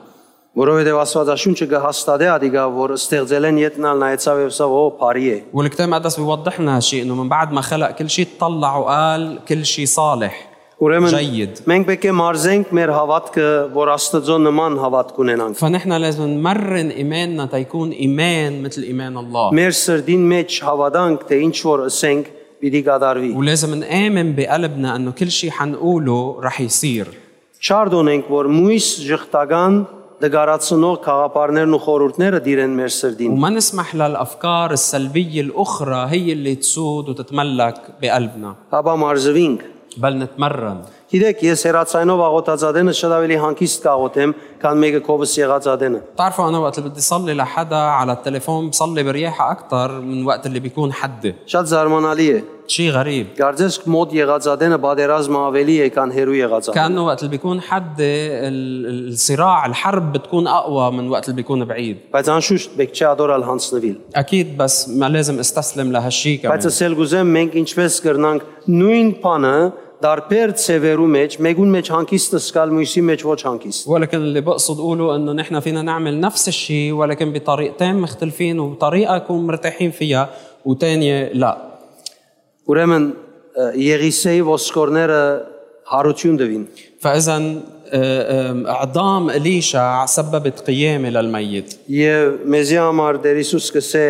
Speaker 1: Որովհետեւ Աստվածաշունչը կհաստատե ադիգա, որ ստեղծել են ետնալ նայեցավ եւ սա ո բարի է։
Speaker 2: والكتاب المقدس بيوضح لنا هالشيء انه من بعد ما خلق كل شيء طلع وقال كل شيء صالح
Speaker 1: Ուրեմն
Speaker 2: Ժայիդ։
Speaker 1: մենք պետք է մարզենք մեր հավատքը, որ Աստծո նման հավատք ունենանք։
Speaker 2: فنحن لازم نمرن ايماننا تيكون ايمان مثل ايمان الله
Speaker 1: Մեր սրդին մեջ հավատանք, թե ինչ որ ասենք, պիտի կատարվի։
Speaker 2: ولازم نآمن بقلبنا انه كل شيء حنقوله رح يصير
Speaker 1: Չարդոնենք, որ մույս ժխտական դգարացնող խաղապարներն ու խորուրդները դիրեն մեր սրդին։
Speaker 2: وما نسمح للافكار السلبيه الاخرى هي اللي تسود وتتملك بقلبنا
Speaker 1: Հաբա մարզվինք
Speaker 2: بل نتمرن
Speaker 1: Գիտեք, ես հերացայնով աղոթած ադենը շատ ավելի հանգիստ կաղոթեմ, քան մեկը կովս եղած ադենը։
Speaker 2: تعرفوا انا وقت اللي بدي صلي لحدا على التليفون بصلي برياحه اكثر من وقت اللي بيكون حدي
Speaker 1: Շատ զարմանալի է։
Speaker 2: شيء غريب
Speaker 1: Գարձես մոտ եղած ադենը բادرազմը ավելի է, քան հերու եղած ադենը։
Speaker 2: كانه وقت اللي بيكون حدي ال- ال- الصراع الحرب بتكون اقوى من وقت اللي بيكون بعيد
Speaker 1: Բայց անշուշտ մեկ չի ադորալ հանցնվել։
Speaker 2: اكيد بس ما لازم استسلم لهالشيء
Speaker 1: Բայց
Speaker 2: كمان
Speaker 1: ասել գուզեմ մենք ինչպես կգրնանք նույն բանը դարբեր ծևերու մեջ, մեկուն մեջ հանգիստ սկալ, մյուսի մեջ ոչ հանգիստ։
Speaker 2: ولكن اللي بقصد اقوله انه نحن فينا نعمل نفس الشيء ولكن بطريقتين مختلفين وطريقه نكون مرتاحين فيها وتانية لا
Speaker 1: Ուրեմն ը, Եղիսեի ոսկորները հարություն տվին։
Speaker 2: فاذا آه، آم، اعظام اليشع سببت قيامه للميت
Speaker 1: Եվ մեզի համար Տեր Հիսուս սկսե,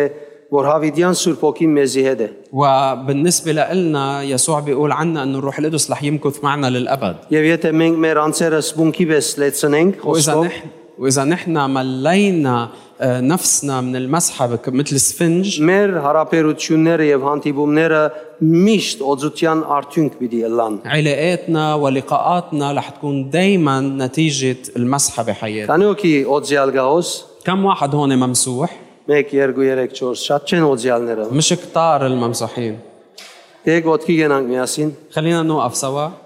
Speaker 1: որ հավիդյան Սուրբ ոգին մեզի հետ է։
Speaker 2: وبالنسبه لنا يسوع بيقول عنا انه الروح القدس رح يمكث معنا للابد
Speaker 1: Եվ եթե մենք մեր անձերը սպունքի պես լեցնենք,
Speaker 2: واذا
Speaker 1: խոսքով
Speaker 2: نحن واذا نحن ملينا آه، نفسنا من المسحه بك- مثل سفنج
Speaker 1: մեր հարաբերությունները եւ հանդիպումները միշտ օծության արդյունք պիտի ըլլան։
Speaker 2: علاقاتنا ولقاءاتنا رح تكون دائما نتيجه المسحه بحياتنا
Speaker 1: Քանի օքի օծյալ գաոս
Speaker 2: كم واحد هون ممسوح
Speaker 1: 1 2 3 4 շատ չեն օծյալները։
Speaker 2: مش كتار الممسوحين
Speaker 1: Դե գոտքի գնանք միասին։
Speaker 2: خلينا نوقف سوا